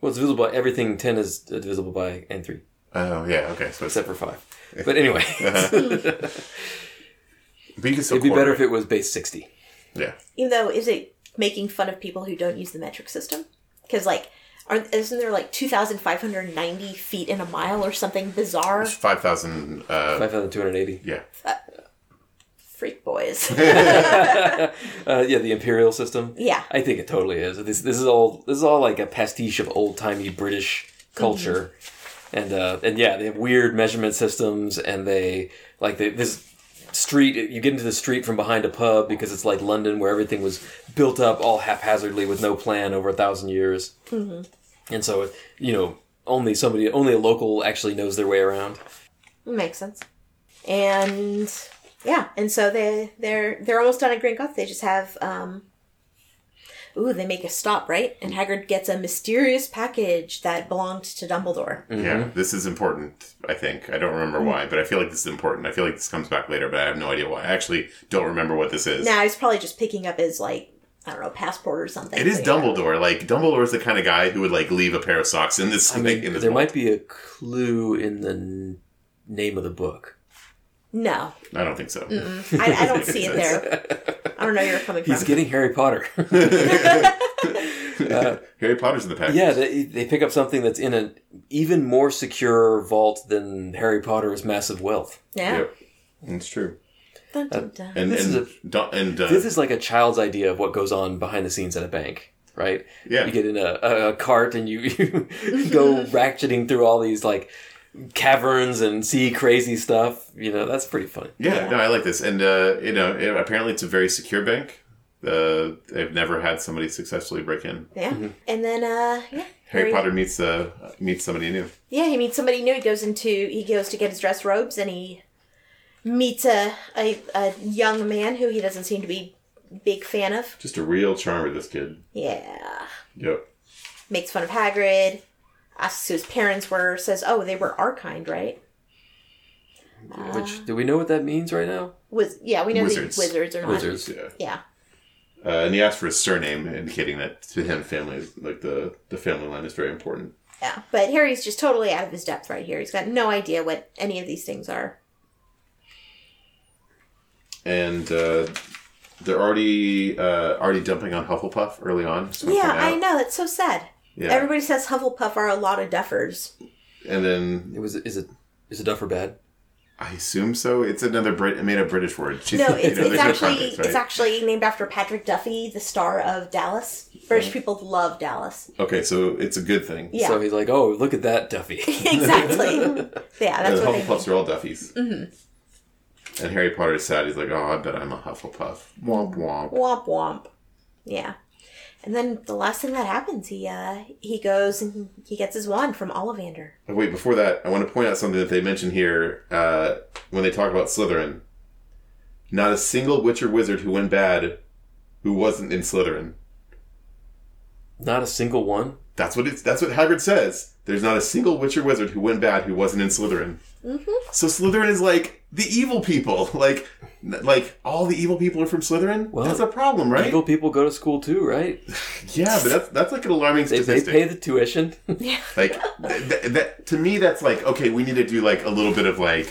[SPEAKER 3] Well, it's divisible by everything. Ten is uh, divisible by and three,
[SPEAKER 2] Oh yeah, okay. So it's,
[SPEAKER 3] except for five. But anyway,
[SPEAKER 2] but you can still
[SPEAKER 3] it'd be better if
[SPEAKER 2] quarter
[SPEAKER 3] it was base sixty.
[SPEAKER 2] it. Yeah,
[SPEAKER 1] Even though, is it making fun of people who don't use the metric system? Because, like, Aren't, isn't there like 2,590 feet in a mile or something bizarre?
[SPEAKER 2] Five thousand. Uh,
[SPEAKER 3] Five thousand two hundred eighty.
[SPEAKER 2] yeah.
[SPEAKER 1] Freak boys.
[SPEAKER 3] Uh, yeah, the imperial system.
[SPEAKER 1] Yeah.
[SPEAKER 3] I think it totally is. This this is all this is all like a pastiche of old timey British culture, and uh, and yeah, they have weird measurement systems, and they like they, this street. You get into the street from behind a pub because it's like London, where everything was built up all haphazardly with no plan over a thousand years, and so you know only somebody, only a local actually knows their way around.
[SPEAKER 1] Makes sense. And yeah, and so they they're they're almost done at Green Goth. They just have um Ooh, they make a stop, right? And Haggard gets a mysterious package that belonged to Dumbledore.
[SPEAKER 3] Mm-hmm.
[SPEAKER 2] Yeah, this is important, I think. I don't remember why, but I feel like this is important. I feel like this comes back later, but I have no idea why. I actually don't remember what this is.
[SPEAKER 1] Now he's probably just picking up his like I don't know, passport or something.
[SPEAKER 2] It is
[SPEAKER 1] But yeah.
[SPEAKER 2] Dumbledore. Like Dumbledore's the kind of guy who would like leave a pair of socks in this
[SPEAKER 3] I
[SPEAKER 2] like,
[SPEAKER 3] mean,
[SPEAKER 2] in this
[SPEAKER 3] there
[SPEAKER 2] bowl.
[SPEAKER 3] might be a clue in the n- name of the book.
[SPEAKER 1] No.
[SPEAKER 2] I don't think so.
[SPEAKER 1] I, I don't see it there. I don't know where you're coming
[SPEAKER 3] He's
[SPEAKER 1] from.
[SPEAKER 3] getting Harry Potter.
[SPEAKER 2] Harry Potter's in the package.
[SPEAKER 3] Yeah, they, they pick up something that's in an even more secure vault than Harry Potter's massive wealth.
[SPEAKER 1] yeah.
[SPEAKER 2] Yep. It's true.
[SPEAKER 1] Dun,
[SPEAKER 3] Uh,
[SPEAKER 1] dun, dun.
[SPEAKER 2] And
[SPEAKER 3] This
[SPEAKER 2] and
[SPEAKER 3] is
[SPEAKER 2] Du- and uh,
[SPEAKER 3] This is like a child's idea of what goes on behind the scenes at a bank, right?
[SPEAKER 2] Yeah.
[SPEAKER 3] You get in a, a, a cart and you, you go ratcheting through all these like caverns and see crazy stuff. You know, that's pretty funny.
[SPEAKER 2] yeah,
[SPEAKER 1] yeah.
[SPEAKER 2] no, I like this. And uh, you know, it, apparently it's a very secure bank. Uh, they've never had somebody successfully break in.
[SPEAKER 1] yeah.
[SPEAKER 3] mm-hmm.
[SPEAKER 1] And then uh yeah.
[SPEAKER 2] Harry Potter meets uh, meets somebody new.
[SPEAKER 1] Yeah, he meets somebody new. He goes into he goes to get his dress robes, and he meets a a, a young man who he doesn't seem to be big fan of.
[SPEAKER 2] Just a real charmer, this kid.
[SPEAKER 1] Yeah,
[SPEAKER 2] Yep.
[SPEAKER 1] makes fun of Hagrid. Asks who his parents were. Says, "Oh, they were our kind, right?"
[SPEAKER 3] Which, do we know what that means right now?
[SPEAKER 1] Wiz- yeah, we know
[SPEAKER 2] Wizards.
[SPEAKER 1] the wizards are not.
[SPEAKER 3] Wizards.
[SPEAKER 2] Yeah.
[SPEAKER 1] Yeah,
[SPEAKER 2] Uh, and he asked for his surname, indicating that to him, family is like the the family line is very important.
[SPEAKER 1] yeah. But Harry's just totally out of his depth right here. He's got no idea what any of these things are.
[SPEAKER 2] And uh, they're already uh, already dumping on Hufflepuff early on. just wanna
[SPEAKER 1] Yeah,
[SPEAKER 2] point out.
[SPEAKER 1] I know. That's so sad.
[SPEAKER 2] Yeah,
[SPEAKER 1] Everybody says Hufflepuff are a lot of duffers.
[SPEAKER 2] and then
[SPEAKER 3] It was, is it, is it Duffer Bad?
[SPEAKER 2] I assume so. It's another Brit made up British word. She's,
[SPEAKER 1] No,
[SPEAKER 2] you
[SPEAKER 1] it's,
[SPEAKER 2] know,
[SPEAKER 1] it's
[SPEAKER 2] there's no
[SPEAKER 1] actually
[SPEAKER 2] context,
[SPEAKER 1] it's actually named after Patrick Duffy, the star of Dallas. British people love Dallas.
[SPEAKER 2] okay. So it's a good thing.
[SPEAKER 1] Yeah,
[SPEAKER 3] So he's like, oh, look at that Duffy.
[SPEAKER 1] exactly. yeah,
[SPEAKER 2] And
[SPEAKER 1] that's what
[SPEAKER 2] the
[SPEAKER 1] they. Mm-hmm.
[SPEAKER 2] Hufflepuffs are all Duffies. Mm-hmm. And Harry Potter is sad. He's like, oh, I bet I'm a Hufflepuff. Womp womp.
[SPEAKER 1] Womp womp. Yeah, and then the last thing that happens, he uh he goes and he gets his wand from Ollivander.
[SPEAKER 2] Oh, Wait, before that, I want to point out something that they mention here uh, when they talk about Slytherin. Not a single witch or wizard who went bad who wasn't in Slytherin.
[SPEAKER 3] Not a single one.
[SPEAKER 2] That's what it's. That's what Hagrid says. There's not a single witch or wizard who went bad who wasn't in Slytherin. So Slytherin is like the evil people. Like, like all the evil people are from Slytherin.
[SPEAKER 3] Well,
[SPEAKER 2] that's a problem, right?
[SPEAKER 3] Evil people go to school too, right?
[SPEAKER 2] Yeah, but that's that's like an alarming
[SPEAKER 3] They, they
[SPEAKER 2] statistic.
[SPEAKER 3] pay the tuition.
[SPEAKER 2] like, th- th- that to me, that's like okay. We need to do like a little bit of like.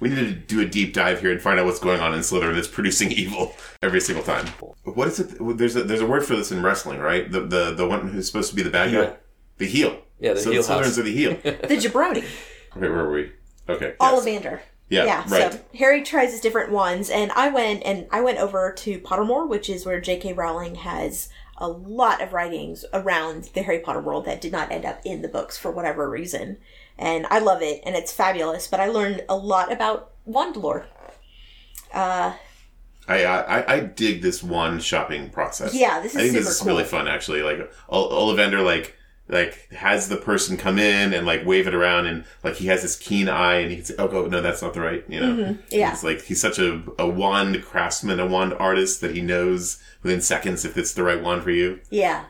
[SPEAKER 2] We need to do a deep dive here and find out what's going on in Slytherin that's producing evil every single time. What is it? There's a, there's a word for this in wrestling, right? The the the one who's supposed to be the bad guy,
[SPEAKER 3] Heel.
[SPEAKER 2] the heel.
[SPEAKER 3] Yeah, the
[SPEAKER 2] so
[SPEAKER 3] heel
[SPEAKER 2] the
[SPEAKER 3] house.
[SPEAKER 2] Slytherins are the heel.
[SPEAKER 1] The jabroni,
[SPEAKER 2] Okay, where were we? Okay. yes.
[SPEAKER 1] Ollivander.
[SPEAKER 2] Yeah, right.
[SPEAKER 1] so Harry tries his different ones, and I went and I went over to Pottermore, which is where J.K. Rowling has a lot of writings around the Harry Potter world that did not end up in the books for whatever reason. And I love it, and it's fabulous. But I learned a lot about wand lore.
[SPEAKER 2] I, I I- I dig this one shopping process.
[SPEAKER 1] Yeah, this is
[SPEAKER 2] I think
[SPEAKER 1] super
[SPEAKER 2] this is
[SPEAKER 1] cool.
[SPEAKER 2] really fun actually. Like Ol- Ollivander like like has the person come in and like wave it around and like he has this keen eye and he can say, Oh go no, that's not the right you know.
[SPEAKER 1] Mm-hmm. yeah.
[SPEAKER 2] It's like he's such a, a wand craftsman, a wand artist that he knows within seconds if it's the right wand for you.
[SPEAKER 1] Yeah,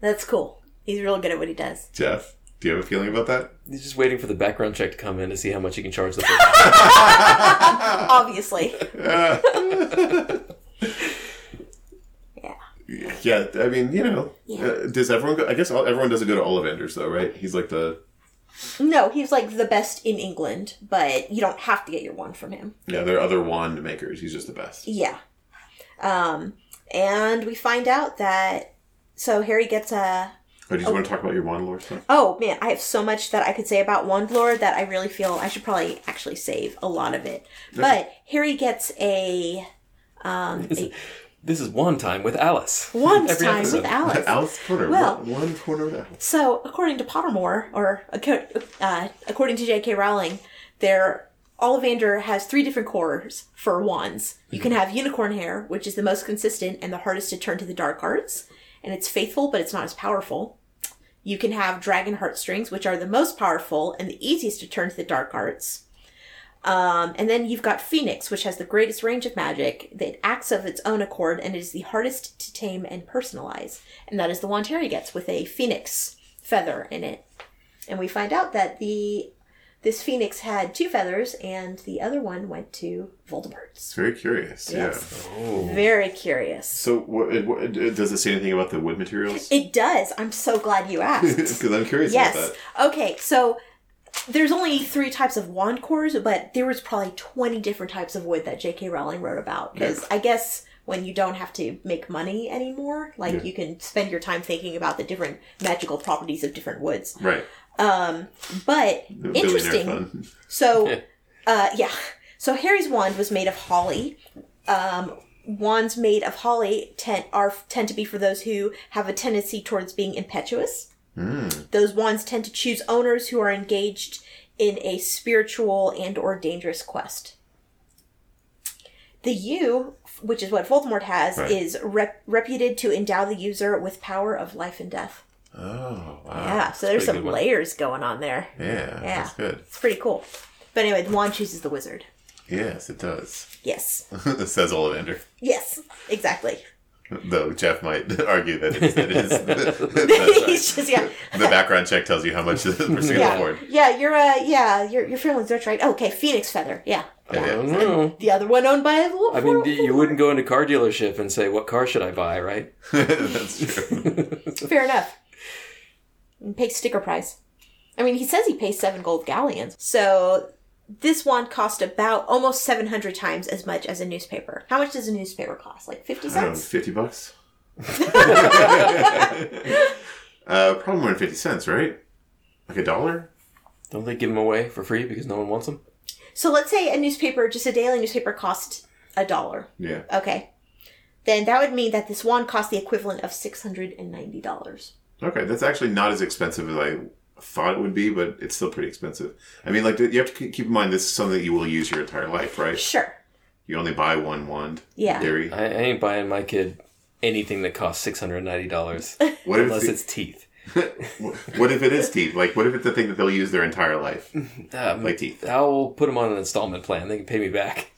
[SPEAKER 1] that's cool. He's real good at what he does.
[SPEAKER 2] Jeff, do you have a feeling about that?
[SPEAKER 3] He's just waiting for the background check to come in to see how much he can charge the person.
[SPEAKER 1] Obviously,
[SPEAKER 2] Yeah, I mean, you know, uh, does everyone go? I guess all, everyone doesn't go to Ollivanders though, right? He's like the
[SPEAKER 1] no, he's like the best in England, but you don't have to get your wand from him.
[SPEAKER 2] yeah. There are other wand makers. He's just the best.
[SPEAKER 1] Yeah. Um, and we find out that so Harry gets a
[SPEAKER 2] Or do you want to talk about your wand lore stuff?
[SPEAKER 1] Oh man, I have so much that I could say about Wandlord that I really feel I should probably actually save a lot of it. But Harry gets a
[SPEAKER 3] This is one time with Alice.
[SPEAKER 1] wand
[SPEAKER 3] Every
[SPEAKER 1] time
[SPEAKER 3] episode.
[SPEAKER 1] with Alice.
[SPEAKER 2] Alice Corner.
[SPEAKER 1] Well-
[SPEAKER 2] one, one corner of Alice.
[SPEAKER 1] So, according to Pottermore, or aco- uh, according to J.K. Rowling, there Ollivander has three different cores for wands. You can have unicorn hair, which is the most consistent and the hardest to turn to the dark arts, and it's faithful, but it's not as powerful. You can have dragon heartstrings, which are the most powerful and the easiest to turn to the dark arts. Um, and then you've got Phoenix, which has the greatest range of magic that acts of its own accord and is the hardest to tame and personalize. And that is the wand Harry gets with a phoenix feather in it. And we find out that the this phoenix had two feathers, and the other one went to Voldemort's.
[SPEAKER 2] It's very curious. Yeah.
[SPEAKER 1] Yes. Very curious.
[SPEAKER 2] So, what, it- what, it- does it say anything about the wood materials?
[SPEAKER 1] It does. I'm so glad you asked.
[SPEAKER 2] Because I'm curious
[SPEAKER 1] yes.
[SPEAKER 2] about that.
[SPEAKER 1] Okay, so there's only three types of wand cores, but there was probably 20 different types of wood that J.K. Rowling wrote about. Because I guess when you don't have to make money anymore, like you can spend your time thinking about the different magical properties of different woods.
[SPEAKER 2] Right.
[SPEAKER 1] But
[SPEAKER 2] The billionaire
[SPEAKER 1] interesting.
[SPEAKER 2] fund.
[SPEAKER 1] So, uh, yeah. So Harry's wand was made of holly. Um, wands made of holly tend are tend to be for those who have a tendency towards being impetuous. Those wands tend to choose owners who are engaged in a spiritual and or dangerous quest. The U, which is what Voldemort has,
[SPEAKER 2] Right.
[SPEAKER 1] is rep- reputed to endow the user with power of life and death.
[SPEAKER 2] Oh, wow.
[SPEAKER 1] Yeah, so there's
[SPEAKER 3] pretty
[SPEAKER 1] some
[SPEAKER 3] good one.
[SPEAKER 1] layers going on there.
[SPEAKER 2] Yeah.
[SPEAKER 1] Yeah.
[SPEAKER 2] That's good.
[SPEAKER 1] It's pretty cool. But anyway, the wand chooses the wizard.
[SPEAKER 2] Yes, it does.
[SPEAKER 1] Yes.
[SPEAKER 2] it says Ollivander.
[SPEAKER 1] Yes, exactly.
[SPEAKER 2] Though Jeff might argue that it's, that is that's right.
[SPEAKER 1] He's just yeah.
[SPEAKER 2] the background check tells you how much the person can
[SPEAKER 1] Yeah.
[SPEAKER 2] afford.
[SPEAKER 1] yeah, you're uh yeah, your your family's rich, right? Okay, Phoenix Feather, yeah.
[SPEAKER 3] I don't know.
[SPEAKER 1] The other one owned by the
[SPEAKER 3] I mean, you wouldn't go into car dealership and say, "What car should I buy?" Right?
[SPEAKER 2] That's true.
[SPEAKER 1] fair enough. And pay sticker price. I mean he says he pays seven gold galleons. So this wand cost about almost seven hundred times as much as a newspaper. How much does a newspaper cost? Like fifty
[SPEAKER 2] I don't know,
[SPEAKER 1] cents?
[SPEAKER 2] Um, fifty bucks. uh, probably more than fifty cents, right? Like a dollar.
[SPEAKER 3] Don't they give them away for free because no one wants them?
[SPEAKER 1] So let's say a newspaper, just a daily newspaper cost a dollar.
[SPEAKER 2] Yeah.
[SPEAKER 1] Okay. Then that would mean that this wand cost the equivalent of six hundred and ninety dollars.
[SPEAKER 2] Okay, that's actually not as expensive as I thought it would be, but it's still pretty expensive. I mean, like you have to keep keep in mind this is something that you will use your entire life, right?
[SPEAKER 1] Sure.
[SPEAKER 2] You only buy one wand. in
[SPEAKER 1] Yeah.
[SPEAKER 2] Theory.
[SPEAKER 3] I, I ain't buying my kid anything that costs six hundred ninety dollars
[SPEAKER 2] What if
[SPEAKER 3] unless
[SPEAKER 2] it's,
[SPEAKER 3] it's teeth.
[SPEAKER 2] what if it is teeth? Like, what if it's the thing that they'll use their entire life?
[SPEAKER 3] Um,
[SPEAKER 2] Like teeth.
[SPEAKER 3] I'll put them on an installment plan. They can pay me back.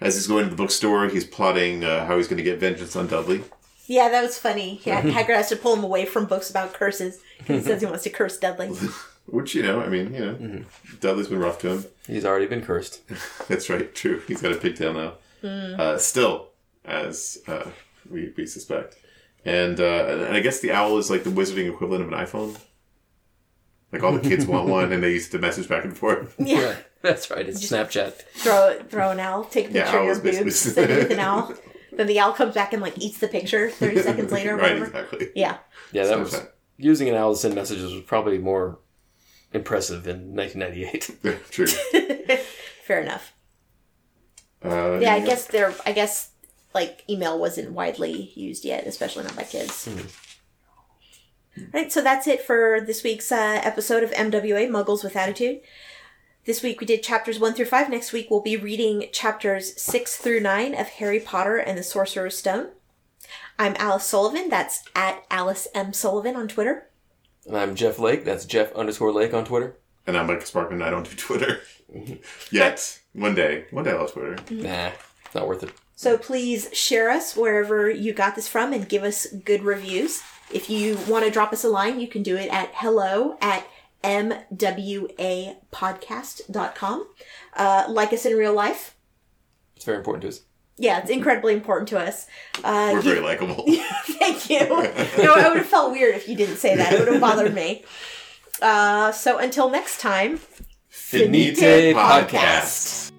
[SPEAKER 2] As he's going to the bookstore, he's plotting uh, how he's going to get vengeance on Dudley.
[SPEAKER 1] Yeah, that was funny. Yeah, Hagrid has to pull him away from books about curses because he says he wants to curse Dudley.
[SPEAKER 2] Which, you know, I mean, you know, Dudley's been rough to him.
[SPEAKER 3] He's already been cursed.
[SPEAKER 2] That's right, true. He's got a pigtail now.
[SPEAKER 1] Hmm.
[SPEAKER 2] Uh, still, as uh, we, we suspect. And, uh, and I guess the owl is like the wizarding equivalent of an iPhone. Like all the kids want one and they used to message back and forth.
[SPEAKER 1] Yeah,
[SPEAKER 3] That's right. It's Snapchat.
[SPEAKER 1] throw throw an owl, take a
[SPEAKER 2] Yeah,
[SPEAKER 1] picture of
[SPEAKER 2] owls
[SPEAKER 1] your
[SPEAKER 2] basically-
[SPEAKER 1] boobs, send it with an owl. Then the owl comes back and like eats the picture thirty seconds later. Or
[SPEAKER 2] right,
[SPEAKER 1] whatever.
[SPEAKER 2] exactly.
[SPEAKER 1] Yeah,
[SPEAKER 3] Yeah, that was
[SPEAKER 2] Snapchat.
[SPEAKER 3] using an owl to send messages was probably more impressive in 1998.
[SPEAKER 2] true.
[SPEAKER 1] fair enough.
[SPEAKER 2] Uh,
[SPEAKER 1] Yeah, I guess there. I guess like email wasn't widely used yet, especially not by kids. Right, so that's it for this week's uh, episode of MWA Muggles with Attitude. This week we did chapters one through five. Next week we'll be reading chapters six through nine of Harry Potter and the Sorcerer's Stone. I'm Alice Sullivan. That's at Alice M Sullivan on Twitter.
[SPEAKER 3] And I'm Jeff Lake. That's Jeff underscore Lake on Twitter.
[SPEAKER 2] And I'm Mike Sparkman. I don't do Twitter yet. One day. One day I'll have Twitter.
[SPEAKER 3] Nah, not worth it.
[SPEAKER 1] So please share us wherever you got this from and give us good reviews. If you want to drop us a line, you can do it at hello at mwapodcast.com. Uh, like us in real life.
[SPEAKER 3] It's very important to us.
[SPEAKER 1] Yeah, it's incredibly important to us. Uh,
[SPEAKER 2] We're
[SPEAKER 1] you-
[SPEAKER 2] very likable.
[SPEAKER 1] Thank you. No, I would have felt weird if you didn't say that. It would have bothered me. Uh, so until next time,
[SPEAKER 3] Finite
[SPEAKER 1] Finite
[SPEAKER 3] Podcast.
[SPEAKER 2] Podcasts.